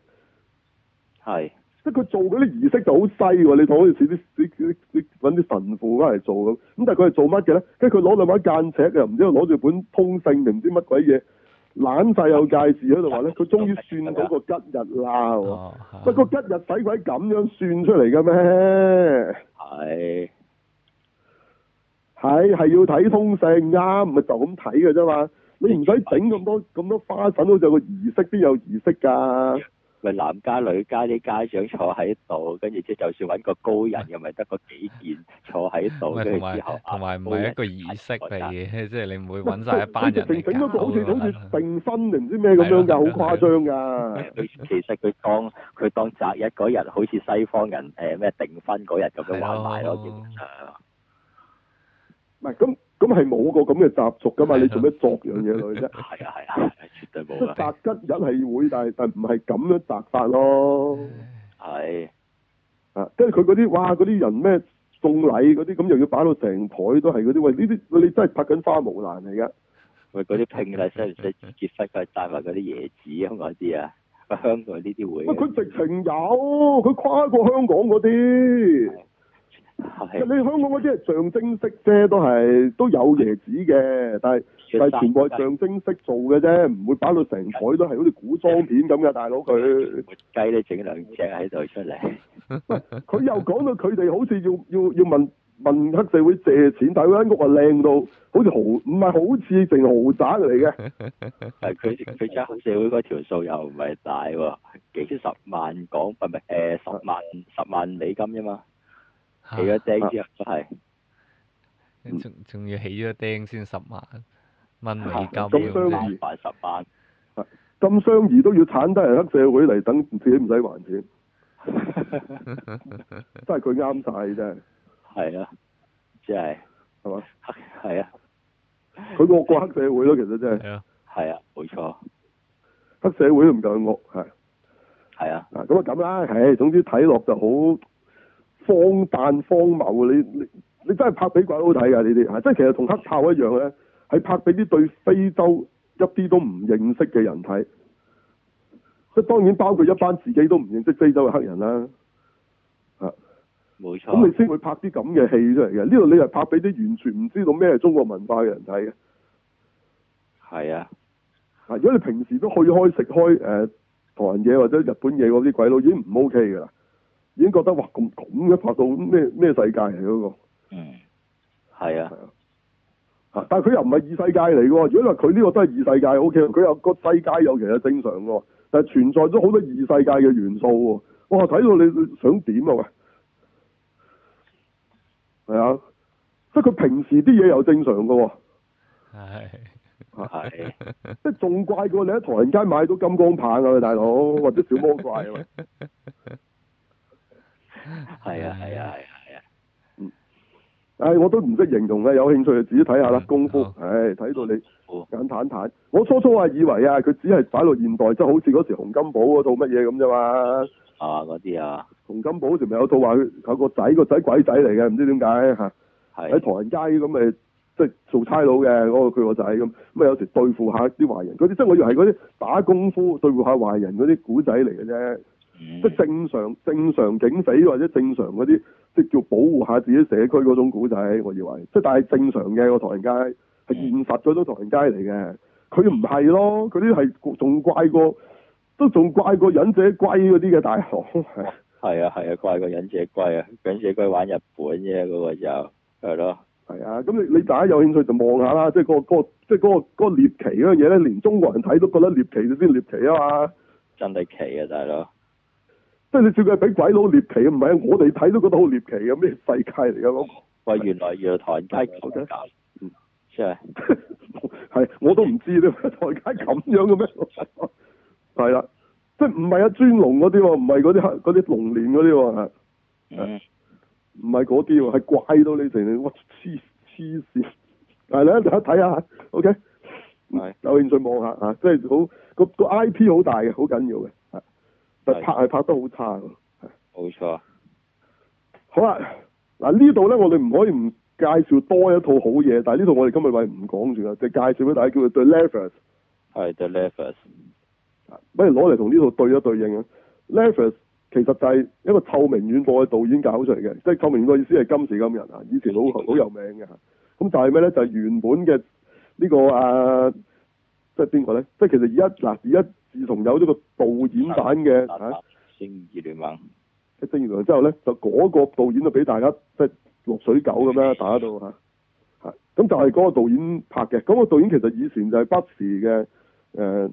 [SPEAKER 2] 係
[SPEAKER 1] 即係佢做嗰啲儀式就好西喎，你同好似似啲啲啲啲揾啲神父翻嚟做咁，咁但係佢係做乜嘅咧？跟住佢攞兩把間尺又唔知攞住本通勝定唔知乜鬼嘢，懶晒有介事喺度話咧，佢終於算到個吉日啦喎！
[SPEAKER 3] 哦
[SPEAKER 1] 喂，個吉日使鬼咁樣算出嚟嘅咩？
[SPEAKER 2] 係
[SPEAKER 1] 係係要睇通勝啱，咪就咁睇嘅啫嘛。你唔使整咁多咁多花神，好似有個儀式邊有儀式㗎？
[SPEAKER 2] 咪男家女家啲家長坐喺度，跟住即係就算揾個高人，又咪得個幾件坐喺度，
[SPEAKER 3] 喂
[SPEAKER 2] 跟
[SPEAKER 3] 同
[SPEAKER 2] 住
[SPEAKER 3] 埋
[SPEAKER 2] 之後啊
[SPEAKER 3] 同埋唔係一個儀式嚟
[SPEAKER 2] 高人
[SPEAKER 3] 嘅，即係你唔會揾晒一班人
[SPEAKER 1] 整
[SPEAKER 3] 嚟
[SPEAKER 1] 整嗰個好似
[SPEAKER 3] 搞
[SPEAKER 1] 好
[SPEAKER 3] 㗎嘛
[SPEAKER 1] 似定婚定唔知咩咁樣㗎，好誇張啊㗎。
[SPEAKER 2] 佢其實佢當佢當擇日嗰日，好似西方人誒咩訂婚嗰日咁樣玩埋咯，
[SPEAKER 3] 係咯
[SPEAKER 2] 基本上
[SPEAKER 1] 唔係咁咁係冇個咁嘅習俗噶嘛？
[SPEAKER 3] 係啊
[SPEAKER 1] 你做咩作樣嘢女啫？
[SPEAKER 2] 係啊係啊，絕對
[SPEAKER 1] 即
[SPEAKER 2] 冇
[SPEAKER 1] 係
[SPEAKER 2] 啦，
[SPEAKER 3] <laughs>
[SPEAKER 1] 擲吉日係會，但係但唔係咁樣擲法咯。
[SPEAKER 2] 係
[SPEAKER 1] 啊，跟住佢嗰啲哇，嗰啲人咩送禮嗰啲，咁又要擺到成台都係嗰啲。喂，呢啲你真係拍緊花木蘭嚟㗎。
[SPEAKER 2] 咪嗰啲聘禮使唔使結婚佢帶埋嗰啲椰子咁嗰啲啊？喂香港呢啲會
[SPEAKER 1] 喂，佢直情有，佢跨過香港嗰啲。其實
[SPEAKER 2] 係
[SPEAKER 1] 你香港嗰啲係象徵式啫，都係都有椰子嘅，但係但係全部係象徵式做嘅啫，唔會擺到成台都係好似古裝片咁嘅，大佬佢。
[SPEAKER 2] <laughs> 活雞咧整兩隻喺度出嚟，
[SPEAKER 1] 佢又講到佢哋好似要要要問問黑社會借錢，但係佢間屋啊靚到好似豪唔係好似成豪宅嚟嘅，
[SPEAKER 2] 但係佢佢真係社會嗰條數又唔係大喎，幾十萬港唔係誒十萬十萬美金啫嘛，
[SPEAKER 3] 嚇
[SPEAKER 2] 起咗釘之後都係
[SPEAKER 3] 仲仲要起咗釘先十萬蚊美金
[SPEAKER 1] 咁
[SPEAKER 3] 咁
[SPEAKER 1] 相
[SPEAKER 3] 啫
[SPEAKER 1] 宜
[SPEAKER 2] 萬萬十萬，
[SPEAKER 1] 咁相宜都要剷低人黑社會嚟等自己唔使還錢，真係佢啱晒真係，
[SPEAKER 2] 係啊，即係
[SPEAKER 1] 係嘛？
[SPEAKER 2] 係啊
[SPEAKER 1] 佢惡過黑社會咯，其實真係
[SPEAKER 3] 係咯，
[SPEAKER 2] 係啊，冇錯，
[SPEAKER 1] 黑社會都唔夠佢惡係
[SPEAKER 2] 係啊，
[SPEAKER 1] 啊咁啊咁啦，唉，總之睇落就好荒誕荒謬，啊你你你真係拍俾鬼佬睇啊㗎呢啲嚇，即係其實同黑豹一樣咧，係拍俾啲對非洲一啲都唔認識嘅人睇，即係當然包括一班自己都唔認識非洲嘅黑人啦。
[SPEAKER 2] 冇錯，
[SPEAKER 1] 咁你先會拍啲咁嘅戲出嚟嘅，呢度你係拍俾啲完全唔知道咩係中國文化嘅人睇嘅。
[SPEAKER 2] 係啊，
[SPEAKER 1] 啊，如果你平時都去開食開誒、呃唐人嘢或者日本嘢嗰啲鬼佬已經唔 OK 㗎啦，已經覺得哇咁咁嘅拍到咩咩世界嚟嗰、個。
[SPEAKER 2] 嗯，係啊，
[SPEAKER 1] 啊！但係佢又唔係異世界嚟嘅喎，如果你話佢呢個都係異世界，O K，佢有個世界有其實正常嘅喎，但係存在咗好多異世界嘅元素喎。哇！睇到你你想點啊喂？係啊，即係佢平時啲嘢又正常嘅喎，
[SPEAKER 3] 係
[SPEAKER 2] 係
[SPEAKER 1] 即係仲怪過你喺唐人街買到金剛棒啊，喂大佬，或者小魔怪啊，喂
[SPEAKER 2] 係啊係啊係啊係啊，
[SPEAKER 1] 唉、我都唔識形容嘅，有興趣就自己睇下啦，功夫，
[SPEAKER 3] 好
[SPEAKER 1] 唉，睇到你
[SPEAKER 2] 好
[SPEAKER 1] 眼眼坦坦。我初初啊以為啊，佢只係擺落現代，即係好似嗰時洪金寶嗰套乜嘢咁啫嘛。
[SPEAKER 2] 啊嗰啲啊，
[SPEAKER 1] 洪金寶嗰時咪有套話佢有個仔，個仔鬼仔嚟嘅，唔知點解嚇喺
[SPEAKER 2] 係
[SPEAKER 1] 唐人街咁咪即係做差佬嘅嗰個佢個仔咁，咁啊有時對付下啲壞人嗰啲，即係我以為係嗰啲打功夫對付下壞人嗰啲古仔嚟嘅啫。
[SPEAKER 2] 嗯
[SPEAKER 1] 即係正常正常警匪或者正常嗰啲，即係叫保護下自己社區嗰種古仔，我以為，即係但係正常嘅個唐人街係現實嗰種唐人街嚟嘅，佢唔係咯，佢啲係仲怪過，都仲怪過忍者龜嗰啲嘅大佬， <laughs> 係
[SPEAKER 2] 係啊係啊，怪個忍者龜啊，忍者龜玩日本啫嗰個就係咯，
[SPEAKER 1] 係啊，咁你你大家有興趣就望下啦，即係、嗰個、嗰個即係嗰個嗰個獵奇嗰樣嘢咧，連中國人睇都覺得獵奇先獵奇啊嘛。
[SPEAKER 2] 真係奇啊大佬，
[SPEAKER 1] 即係你照佢係俾鬼佬獵奇，唔係啊我哋睇都覺得好獵奇嘅咩世界嚟嘅嗰個
[SPEAKER 2] 喂原來原來唐人街咁樣搞
[SPEAKER 1] 嗯，
[SPEAKER 2] 真係
[SPEAKER 1] <laughs> 係，我都唔知呢個 <laughs> 台街咁樣嘅咩？ <laughs> 係啦，即係唔係阿尊龍嗰啲喎，唔係嗰啲黑嗰啲龍年嗰啲喎，
[SPEAKER 2] 嗯
[SPEAKER 1] 唔係嗰啲喎，係怪到你成日哇黐黐線，係啦， <laughs> 大家睇下，OK，
[SPEAKER 2] 係
[SPEAKER 1] 有興趣望下啊嚇，即係好個個 I P 好大嘅，好緊要嘅，係但
[SPEAKER 2] 係
[SPEAKER 1] 拍係拍得好差嘅。
[SPEAKER 2] 冇錯，
[SPEAKER 1] 好啦，嗱呢度咧，我哋唔可以唔介紹多一套好嘢，但係呢套我哋今日咪唔講住啦，就介紹俾大家叫做 The Levers。
[SPEAKER 2] 係 The Levers
[SPEAKER 1] 啊不如攞嚟同呢度對一對應啊。Levers 其實就係一個臭名遠播嘅導演搞出嚟嘅，即係臭名遠播意思係今時今日啊，以 <laughs> 前好好有名嘅。咁但係咩咧？就係、原本嘅呢、個啊，即係邊個咧？即係其實而家嗱，而家自從有呢個導演版嘅啊
[SPEAKER 2] 垃圾星二聯盟，
[SPEAKER 1] 《正義聯盟》之後咧，就嗰個導演就俾大家即係落水狗咁 <laughs> 啦，打到嚇嚇。咁就係嗰個導演拍嘅，咁、個導演其實以前就係北時嘅誒、呃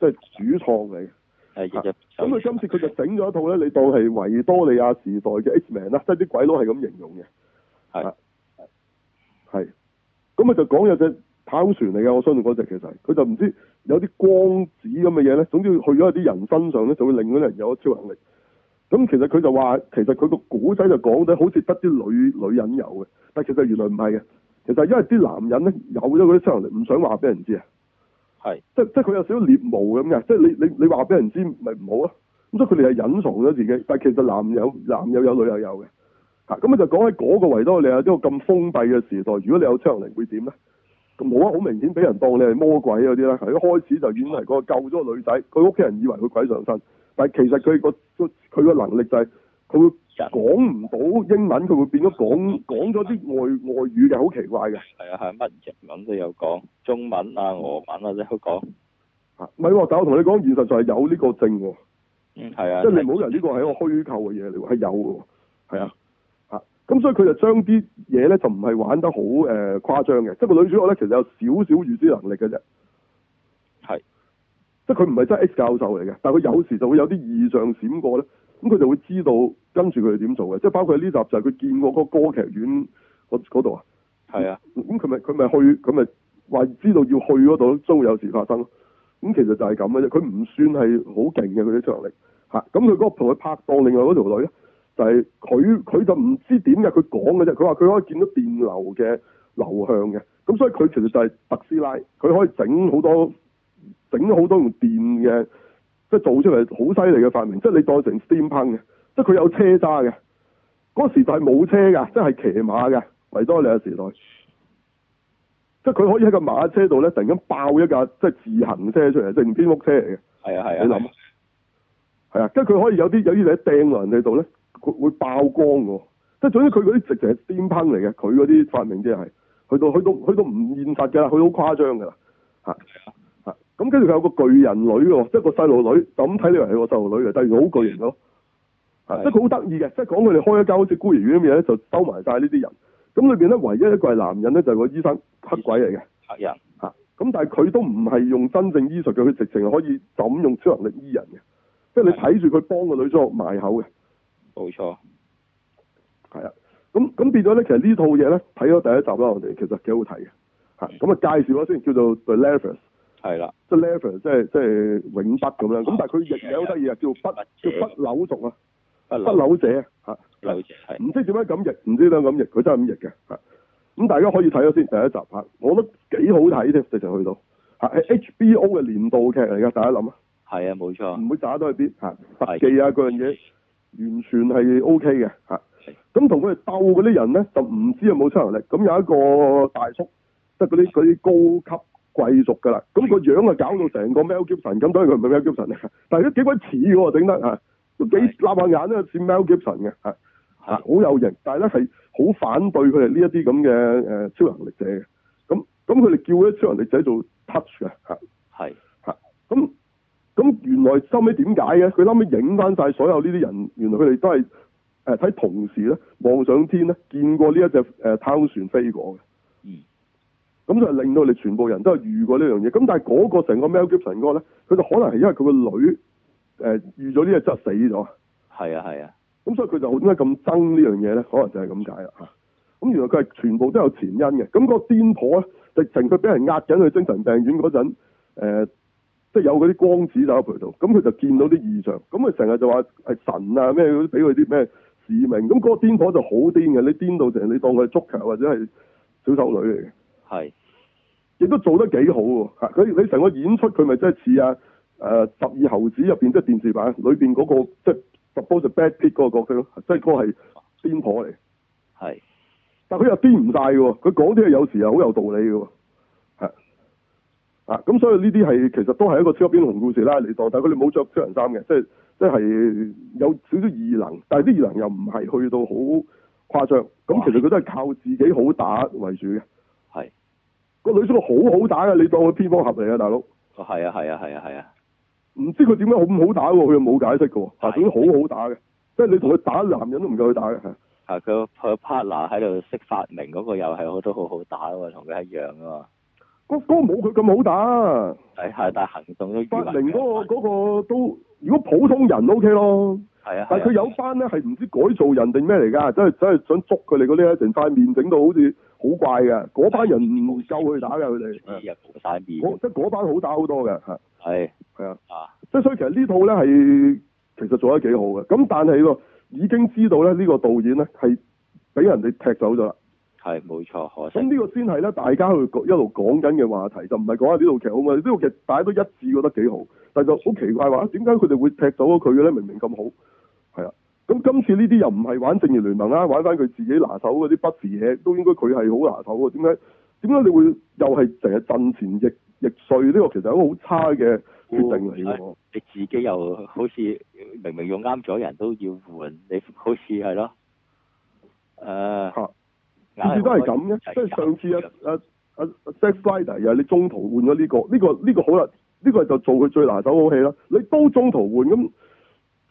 [SPEAKER 1] 即係主創嚟嘅。
[SPEAKER 2] 誒
[SPEAKER 1] 啊
[SPEAKER 2] 日日
[SPEAKER 1] 咁佢今次佢就整咗一套咧，你當係維多利亞時代嘅 X-Men 啦，即係啲鬼佬係咁形容嘅。
[SPEAKER 2] 係
[SPEAKER 1] 啊係。咁佢就講有隻太空船嚟嘅，我相信嗰隻其實佢就唔知有啲光子咁嘅嘢咧，總之去咗一啲人身上咧，就會令嗰啲人有超能力。咁其實佢就話，其實佢個古仔就講得好似得啲女女人有嘅，但其實原來唔係嘅。其實因為啲男人咧有咗嗰啲超能力，唔想話俾人知啊。
[SPEAKER 2] 係
[SPEAKER 1] 即即係佢有少少獵毛咁嘅，即係你你你話俾人知咪唔好啊！咁所以佢哋係隱藏咗自己，但係其實男友男友有女友有嘅，嚇咁啊就講喺嗰個維多利亞呢個咁封閉嘅時代，如果你有超能力會點咧？咁冇啊，好明顯俾人當你係魔鬼嗰啲啦。佢一開始就已經係嗰個救咗個女仔，佢屋企人以為佢鬼上身，但係其實佢個佢個能力就係佢會
[SPEAKER 2] 人
[SPEAKER 1] 講唔到英文，佢會變咗講講咗啲外外語嘅，好奇怪嘅。
[SPEAKER 2] 係啊係乜日文都有講，中文啊俄文啊都講，
[SPEAKER 1] 嚇唔係喎，但係我同你講，現實就係有呢個證喎。
[SPEAKER 2] 嗯係啊，
[SPEAKER 1] 即係你唔好以為呢個係一個虛構嘅嘢嚟喎，係有嘅喎，係啊，嚇咁所以佢就將啲嘢咧就唔係玩得好誒、呃、誇張嘅，即係個女主角咧其實有少少預知能力嘅啫，
[SPEAKER 2] 係
[SPEAKER 1] 即係佢唔係真係 X 教授嚟嘅，但係佢有時就會有啲異象閃過咧，咁佢就會知道跟住佢哋點做嘅，即係包括喺呢集就係佢見過嗰個歌劇院嗰嗰度啊，
[SPEAKER 2] 係啊
[SPEAKER 1] 咁佢咪佢咪去佢咪話知道要去嗰度，都會有事發生咯。咁其實就係咁嘅啫，佢唔算係好勁嘅佢啲超能力嚇。咁佢嗰個同佢拍檔另外嗰條女咧，就係佢佢就唔知點嘅，佢講嘅啫。佢話佢可以見到電流嘅流向嘅，咁所以佢其實就係特斯拉，佢可以整好多整好多用電嘅，即係做出嚟好犀利嘅發明，即係你當成 steampunk 嘅，即係佢有車揸嘅。嗰時就係冇車㗎，即係騎馬嘅維多利亞時代。即係佢可以喺個馬車度咧，突然間爆一架即係自行車出嚟，即係唔蝙蝠車嚟嘅。
[SPEAKER 2] 係啊係啊，
[SPEAKER 1] 你諗啊，係啊，跟住佢可以有啲有啲嘢掟落人哋度咧，佢會爆光嘅喎。即係總之佢嗰啲直情係癲烹嚟嘅，佢嗰啲發明即係去到去到去到唔現實嘅啦，去到好誇張嘅啦，嚇嚇。咁跟住佢有個巨人女喎，即係個細路女，就咁睇你以為係個細路女嚟，但係原來好巨型咯。啊
[SPEAKER 2] 係
[SPEAKER 1] 即係佢好得意嘅，即係講佢哋開一間好似孤兒院咁嘅嘢咧，就收埋晒呢啲人。咁裏邊咧，唯一一個係男人咧，就係、個醫生黑鬼嚟嘅。
[SPEAKER 2] 黑人
[SPEAKER 1] 嚇。啊咁但係佢都唔係用真正醫術嘅，佢直情係可以就咁用超能力醫人嘅，即係你睇住佢幫個女主角埋口嘅，
[SPEAKER 2] 冇錯，
[SPEAKER 1] 係啊。咁咁變咗咧，其實呢套嘢咧睇咗第一集啦，我哋其實幾好睇嘅嚇。咁啊介紹咗先，叫做 The Levers，
[SPEAKER 2] 係啦，
[SPEAKER 1] 即係 Lever 即係即係永不咁樣。咁但係佢亦有好得意啊，叫不叫不朽族啊，
[SPEAKER 2] 不
[SPEAKER 1] 不朽
[SPEAKER 2] 嬲
[SPEAKER 1] 者啊嚇。
[SPEAKER 2] 嬲者係
[SPEAKER 1] 唔知點樣咁譯，唔知點樣咁譯，佢真係咁譯嘅嚇。咁大家可以睇咗先第一集嚇，我覺得幾好睇添，直情去到係 HBO 嘅年度劇嚟㗎，大家諗啊，
[SPEAKER 2] 係啊，冇錯，
[SPEAKER 1] 唔會打到去邊嚇，特
[SPEAKER 2] 係
[SPEAKER 1] 技啊嗯嗰樣嘢完全係 O K 嘅嚇
[SPEAKER 2] 係。
[SPEAKER 1] 咁同佢哋鬥嗰啲人咧，就唔知有冇超能力。咁有一個大叔，即係嗰啲嗰啲高級貴族㗎啦。咁個樣啊，搞到成個 Mel Gibson 咁，當然佢唔係 Mel Gibson 嚟， <laughs> 但係都幾鬼似喎，整得嚇，都幾立下眼都似 Mel Gibson 嘅嚇。啊，
[SPEAKER 2] 係
[SPEAKER 1] 好有型，但係咧係好反對佢哋呢一啲咁嘅誒超能力者嘅。咁咁佢哋叫嗰啲超能力者做 touch 嘅嚇。
[SPEAKER 2] 係
[SPEAKER 1] 咁咁原來收尾點解嘅？佢後尾影翻晒所有呢啲人，原來佢哋都係誒睇同事咧望上天咧，見過呢一隻誒太空船飛過嘅。
[SPEAKER 2] 嗯
[SPEAKER 1] 咁就令到你全部人都係遇過呢樣嘢。咁但係嗰個成個 Mel Gibson 嗰個咧，佢就可能係因為佢個女誒、呃遇咗呢隻質死咗。
[SPEAKER 2] 係啊係啊，
[SPEAKER 1] 咁所以佢就好點解啊咁憎呢樣嘢咧？可能就係咁解啦嚇。咁原來佢係全部都有前因嘅。咁、個癲婆咧，直情佢俾人壓緊去精神病院嗰陣，誒、即係有嗰啲光子就喺佢度。咁佢就見到啲異象。咁佢成日就話係神啊咩嗰啲，俾佢啲咩使命。咁、嗰個癲婆就好癲嘅，你癲到成你當佢係足球或者係小丑女嚟嘅。
[SPEAKER 2] 係
[SPEAKER 1] 亦都做得幾好喎，嚇佢你成個演出佢咪真係似啊誒十二猴子入邊即係電視版裏邊嗰個即係 suppose bad pit 嗰個角色咯，即係嗰個係癲婆嚟，
[SPEAKER 2] 係
[SPEAKER 1] 但佢又癲唔晒嘅喎，佢講啲嘢有時係好有道理嘅喎，係啊咁所以呢啲係其實都係一個超級英雄故事啦，你當，但係佢哋冇着超人衫嘅，即係即係有少少異能，但係啲異能又唔係去到好誇張，咁其實佢都係靠自己好打為主嘅。
[SPEAKER 2] 係，
[SPEAKER 1] 個女主角好好打嘅，你當佢蝙蝠俠嚟嘅大佬，
[SPEAKER 2] 哦係啊係啊係啊係啊，
[SPEAKER 1] 唔知佢點解好唔好打喎，佢又冇解釋嘅喎，嚇
[SPEAKER 2] 係
[SPEAKER 1] 總之好好打嘅，即係你同佢打男人都唔夠佢打嘅，係
[SPEAKER 2] 啊佢個佢個 partner 喺度識發明嗰個又係好都好好打喎，同佢一樣啊嘛，
[SPEAKER 1] 嗰嗰個冇佢咁好打，
[SPEAKER 2] 係係但係行動都與
[SPEAKER 1] 八零嗰
[SPEAKER 2] 民
[SPEAKER 1] 個嗰個都如果普通人 O K 咯，
[SPEAKER 2] 係啊，
[SPEAKER 1] 但係佢有班咧係唔知改造人定咩嚟㗎，真係真係想捉佢哋嗰啲咧，成塊面整到好似好怪嘅，嗰班人唔夠佢打嘅佢哋，係
[SPEAKER 2] 又冇晒面，
[SPEAKER 1] 嗰即係嗰班好打好多嘅，係
[SPEAKER 2] 係
[SPEAKER 1] 係啊。
[SPEAKER 2] 啊
[SPEAKER 1] 即係所以其實呢套咧係其實做得幾好嘅，咁但係喎已經知道咧呢個導演咧係俾人哋踢走咗啦。
[SPEAKER 2] 係冇錯，可
[SPEAKER 1] 咁
[SPEAKER 2] 惜
[SPEAKER 1] 呢個先係咧大家去講一路講緊嘅話題，就唔係講下呢套劇好嘛？呢套劇大家都一致覺得幾好，但係就好奇怪話啊點解佢哋會踢走咗佢嘅咧？明明咁好，係啊。咁今次呢啲又唔係玩正義聯盟啦，玩翻佢自己拿手嗰啲不時嘢，都應該佢係好拿手嘅。點解點解你會又係成日陣前逆逆碎？呢、個其實係一個好差嘅決定嚟嘅喎。
[SPEAKER 2] 你自己又好似明明用啱咗人都要換，你好似係咯，
[SPEAKER 1] 嚇，
[SPEAKER 2] 誒硬係
[SPEAKER 1] 次都係咁嘅，即係上次啊啊啊啊 Zack Snyder 又係你中途換咗呢、個，呢、個呢、個好啦，呢、個就做佢最拿手好戲啦。你都中途換咁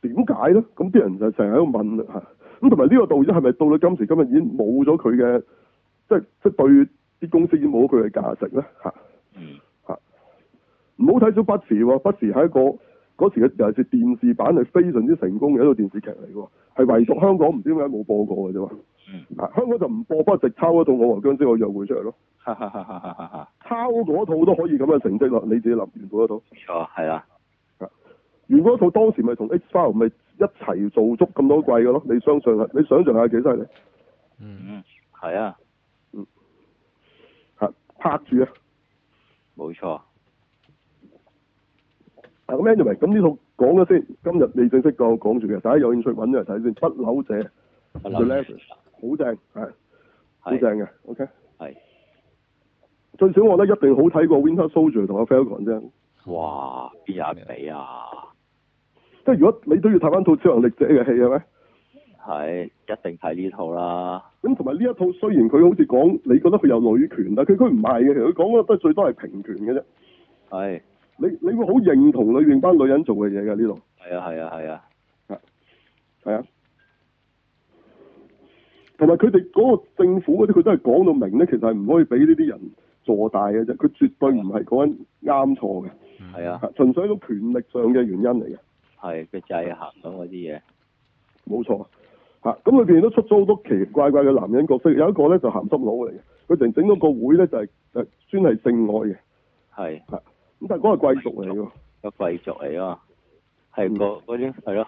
[SPEAKER 1] 點解咧？咁啲人就成日喺度問嚇，咁同埋呢個導演係咪到到今時今日已經冇咗佢嘅，即係即係對啲公司已經冇咗佢嘅價值咧嚇？
[SPEAKER 2] 嗯
[SPEAKER 1] 唔好睇小不時喎，不時係一個嗰時嘅尤其是電視版係非常之成功嘅一套電視劇嚟喎，係唯獨香港唔知點解冇播過嘅啫喎。
[SPEAKER 2] 嗯，
[SPEAKER 1] 啊，香港就唔播，不過直抄嗰套《我和僵屍我約會》出嚟咯。
[SPEAKER 2] 哈哈哈哈哈哈哈，
[SPEAKER 1] 抄嗰套都可以咁嘅成績啦，你自己諗原本嗰套，
[SPEAKER 2] 冇錯係啦，
[SPEAKER 1] 原本嗰套當時咪同 X File 咪一齊做足咁多季嘅咯，你相信係你想象下幾犀利
[SPEAKER 3] 嗯，
[SPEAKER 2] 嗯係啊，
[SPEAKER 1] 嚇拍住啊！
[SPEAKER 2] 冇錯，
[SPEAKER 1] 啊咁 anyway，咁呢套講咗先，今日未正式講講住嘅，大家有興趣揾咗嚟睇先，不朽者 The
[SPEAKER 2] 不嬲
[SPEAKER 1] Left 好正，係好
[SPEAKER 2] 係
[SPEAKER 1] 正嘅，OK。
[SPEAKER 2] 係
[SPEAKER 1] 最少我覺得一定好睇過 Winter Soldier 同阿 Falcon 啫，
[SPEAKER 2] 哇邊有得比啊？
[SPEAKER 1] 即係如果你都要睇翻套超能力者嘅戲啊係咪？
[SPEAKER 2] 係一定睇呢套啦，
[SPEAKER 1] 咁同埋呢一套雖然佢好似講你覺得佢有女權，但係佢佢唔係嘅，其實佢講嘅都係最多係平權嘅啫。
[SPEAKER 2] 係
[SPEAKER 1] 你你會好認同裏邊班女人做嘅嘢嘅呢度，
[SPEAKER 2] 係啊係啊係啊，
[SPEAKER 1] 係啊。同埋佢哋嗰個政府嗰啲，佢都係講到明咧，其實係唔可以俾呢啲人坐大嘅啫。佢絕對唔係講緊啱錯嘅，
[SPEAKER 2] 係啊
[SPEAKER 1] 係純粹係一個權力上嘅原因嚟嘅，
[SPEAKER 2] 係佢制衡咁嗰啲嘢，
[SPEAKER 1] 冇錯。嚇咁裏邊都出咗好多奇奇怪怪嘅男人角色，有一個咧就鹹濕佬嚟嘅，佢成整咗個會咧就係、就係專係性愛嘅，
[SPEAKER 2] 係
[SPEAKER 1] 咁但係嗰個係貴族嚟嘅喎。
[SPEAKER 2] 個貴族嚟啊嘛，係個嗰啲係咯，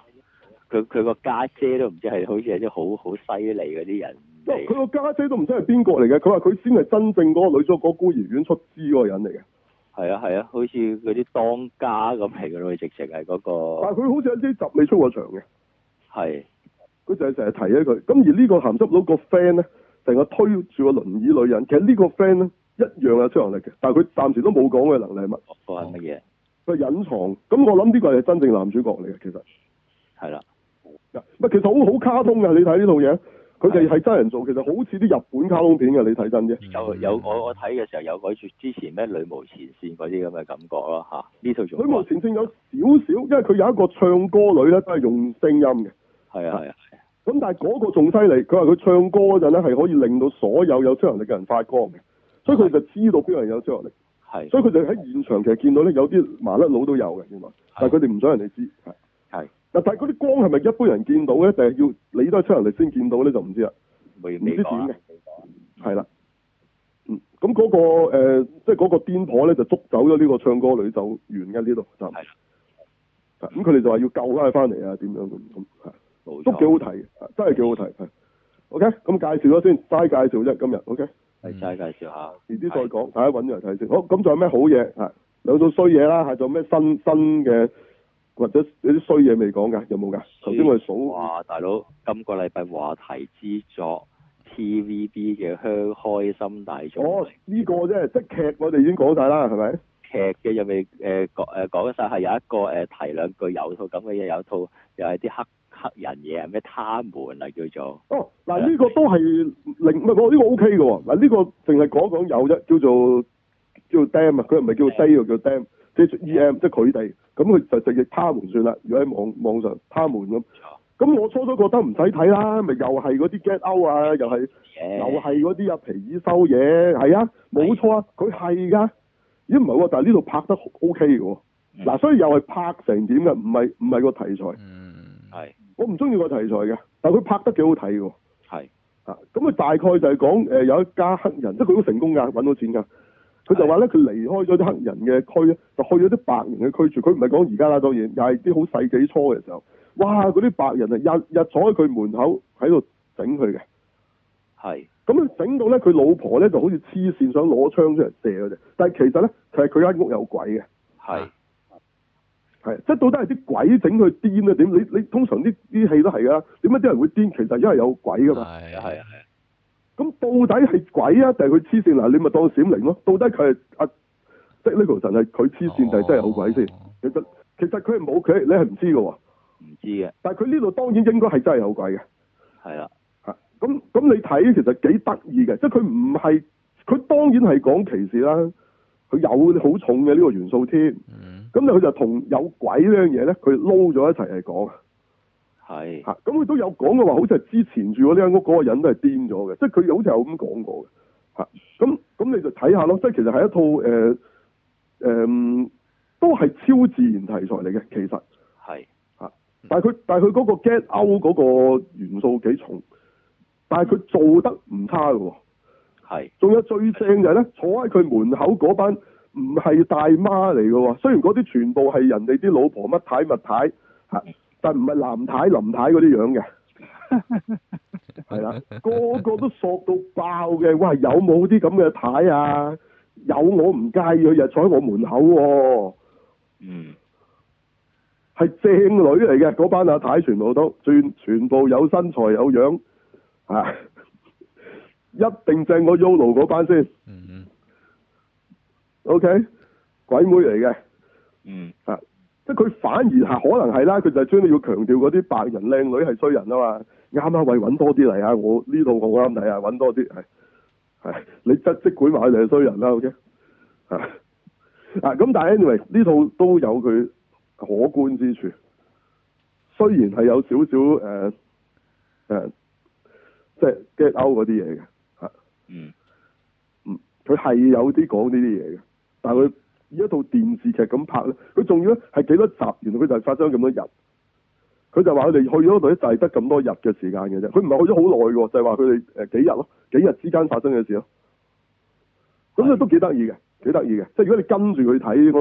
[SPEAKER 2] 佢佢個家姐都唔知係好似係啲好好犀利嗰啲人
[SPEAKER 1] 佢
[SPEAKER 2] 嚟，
[SPEAKER 1] 個家姐都唔知係邊個嚟嘅，佢話佢先係真正嗰個女主角嗰個孤兒院出資嗰個人嚟嘅。
[SPEAKER 2] 係啊係啊，好似嗰啲當家咁嚟㗎咯，直情係嗰個
[SPEAKER 1] 但係佢好似喺呢集未出過場嘅，
[SPEAKER 2] 係
[SPEAKER 1] 佢就係成日提起佢。咁而呢個鹹濕佬個 friend 咧，成日推住個輪椅女人，其實呢個 friend 咧一樣有超能力嘅，但係佢暫時都冇講佢能力係乜，
[SPEAKER 2] 嗰個係乜嘢？
[SPEAKER 1] 佢隱藏。咁我諗呢個係真正男主角嚟嘅，其實。
[SPEAKER 2] 係啦，
[SPEAKER 1] 唔其實好好卡通嘅，你睇呢套嘢，佢哋係嗯真人做，其實好似啲日本卡通片嘅，你睇真啫。
[SPEAKER 2] 有有我我睇嘅時候有嗰之前咩女無前線嗰啲咁嘅感覺咯嚇，呢套仲
[SPEAKER 1] 佢幕前線有少少，因為佢有一個唱歌女咧，都係用聲音嘅。
[SPEAKER 2] 係啊係啊
[SPEAKER 1] 咁但係嗰個仲犀利，佢話佢唱歌嗰陣咧係可以令到所有有超能力嘅人發光嘅，所以佢就知道邊個人有超能力，
[SPEAKER 2] 係
[SPEAKER 1] 所以佢就喺現場其實見到咧有啲麻甩佬都有嘅原來，但係佢哋唔想人哋知。係
[SPEAKER 2] 係
[SPEAKER 1] 嗱，但係嗰啲光係咪一般人見到咧，定係要你都係超能力先見到咧就唔知啦。
[SPEAKER 2] 未
[SPEAKER 1] 唔知
[SPEAKER 2] 未講啊
[SPEAKER 1] 點嘅係啦。嗯，咁嗰、個、呃、即係嗰個癲婆咧，就捉走咗呢個唱歌女就完嘅呢度就。
[SPEAKER 2] 係啦
[SPEAKER 1] 啊。咁佢哋就話要救翻佢翻嚟啊，點樣咁咁係都
[SPEAKER 2] 冇
[SPEAKER 1] 幾
[SPEAKER 2] 錯，
[SPEAKER 1] 好睇嘅，啊真係幾好睇係。OK，咁介紹咗先，齋介紹啫，今日 OK，
[SPEAKER 2] 係齋介紹下。
[SPEAKER 1] 遲啲再講，大家揾嚟睇先。好，咁仲有咩好嘢啊？兩套衰嘢啦，係仲有咩新新嘅或者有啲衰嘢未講㗎？有冇㗎？頭先我哋數
[SPEAKER 2] 哇，大佬，今個禮拜話題之作 TVB 嘅《香開心大綜藝
[SPEAKER 1] 哦呢個啫，即係劇我哋已經講晒啦，係咪？
[SPEAKER 2] 劇嘅又未誒講誒講晒係有一個誒、呃提兩句有套咁嘅嘢，有套又係啲黑黑人嘢，咩他們啊叫做
[SPEAKER 1] 哦，嗱
[SPEAKER 2] 係啊
[SPEAKER 1] 呢個都係另唔係我呢個 O K 嘅喎，嗱呢個淨係講講有啫，叫做叫做 dam 啊，佢唔係叫 day 喎，叫 dam，即係 E M，即係佢哋，咁佢就直接他們算啦，如果喺網網上他們咁，咁我初初覺得唔使睇啦，咪又係嗰啲 get out 啊，又係
[SPEAKER 2] 嘢，
[SPEAKER 1] 又係嗰啲啊皮爾收嘢，係啊，冇錯啊，佢係㗎，咦唔係喎，但係呢度拍得 O K 嘅喎，
[SPEAKER 2] 嗯
[SPEAKER 1] 嗱所以又係拍成點嘅，唔係唔係個題材，
[SPEAKER 3] 嗯，
[SPEAKER 2] 係
[SPEAKER 1] 我唔中意個題材嘅，但係佢拍得幾好睇嘅喎。
[SPEAKER 2] 係
[SPEAKER 1] 啊，咁佢大概就係講誒有一家黑人，即係佢好成功㗎，揾到錢㗎。佢就話咧，佢離開咗啲黑人嘅區咧，就去咗啲白人嘅區住。佢唔係講而家啦，當然又係啲好世紀初嘅時候。哇！嗰啲白人啊，日日坐喺佢門口喺度整佢嘅。
[SPEAKER 2] 係
[SPEAKER 1] 咁佢整到咧，佢老婆咧就好似黐線，想攞槍出嚟射佢哋。但係其實咧，其實佢間屋有鬼嘅。
[SPEAKER 2] 係
[SPEAKER 1] 係，即係到底係啲鬼整佢癲啊？點你你通常啲啲戲都係㗎，點解啲人會癲？其實因為有鬼㗎嘛。
[SPEAKER 2] 係係
[SPEAKER 1] 啊
[SPEAKER 3] 係哦
[SPEAKER 2] 係
[SPEAKER 1] 咁到底係鬼啊，定係佢黐線嗱？你咪當閃靈咯。到底佢係阿即係 n i c o 係佢黐線定係真係有鬼先？
[SPEAKER 3] 哦
[SPEAKER 1] 其實其實佢係冇佢，你係唔知嘅喎。
[SPEAKER 2] 唔知嘅
[SPEAKER 1] 但係佢呢度當然應該係真係有鬼嘅
[SPEAKER 2] 係啦，
[SPEAKER 1] 嚇。咁咁你睇其實幾得意嘅，即係佢唔係佢當然係講歧視啦，佢有好重嘅呢個元素添。
[SPEAKER 3] 嗯，
[SPEAKER 1] 咁佢就同有鬼呢樣嘢咧，佢撈咗一齊嚟講
[SPEAKER 2] 係
[SPEAKER 1] 嚇。咁佢都有講嘅話，好似係之前住嗰呢間屋嗰個人都係癲咗嘅，即係佢好似有咁講過嘅嚇。咁咁你就睇下咯，即係其實係一套誒誒、嗯都係超自然題材嚟嘅，其實，
[SPEAKER 2] 係
[SPEAKER 1] 但係佢但係佢嗰個 get out 嗰個元素幾重，但係佢做得唔差嘅喎。
[SPEAKER 2] 係
[SPEAKER 1] 仲有最正就係咧，坐喺佢門口嗰班唔係大媽嚟嘅喎，雖然嗰啲全部係人哋啲老婆乜太乜太嚇，但唔係藍太林太嗰啲樣嘅，係啦，個個都索到爆嘅。哇，有冇啲咁嘅太啊？有我唔介意，佢日坐喺我門口喎、
[SPEAKER 2] 嗯
[SPEAKER 1] 係正女嚟嘅，嗰班阿啊太全部都全全部有身材有樣啊，一定正過 Yolo 嗰班先。
[SPEAKER 3] 嗯
[SPEAKER 1] O、k 鬼妹嚟嘅，
[SPEAKER 2] 嗯
[SPEAKER 1] 即係佢反而係可能係啦，佢就係專登要強調嗰啲白人靚女係衰人啊嘛，啱啊，喂揾多啲嚟啊，我呢度我啱睇啊，揾多啲係係，你即即管話佢哋係衰人啦，O K，啊啊咁但係 anyway 呢套都有佢可觀之處，雖然係有少少誒誒即係 get out 嗰啲嘢嘅。啊
[SPEAKER 2] 嗯
[SPEAKER 1] 嗯，佢係有啲講呢啲嘢嘅，但係佢以一套電視劇咁拍咧，佢仲要咧係幾多集？原來佢就係發生咁多日，佢就話佢哋去咗嗰度咧就係得咁多日嘅時間嘅啫，佢唔係去咗好耐嘅喎，就係話佢哋誒幾日咯，幾日之間發生嘅事咯。咁咧都幾得意嘅，幾得意嘅，即係如果你跟住佢睇，應該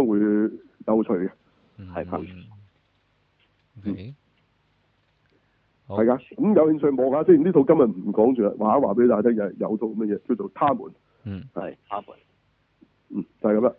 [SPEAKER 1] 會有趣嘅，
[SPEAKER 3] 嗯，
[SPEAKER 2] 係冇
[SPEAKER 3] 嗯，OK，好
[SPEAKER 1] 係㗎。咁有興趣望下先，呢套今日唔講住啦，話一
[SPEAKER 2] Mm.
[SPEAKER 1] 話俾大家聽，有有套咁嘅嘢叫做《他們》，
[SPEAKER 3] 嗯，
[SPEAKER 2] 係啱嘅
[SPEAKER 1] 嗯，就係咁啦。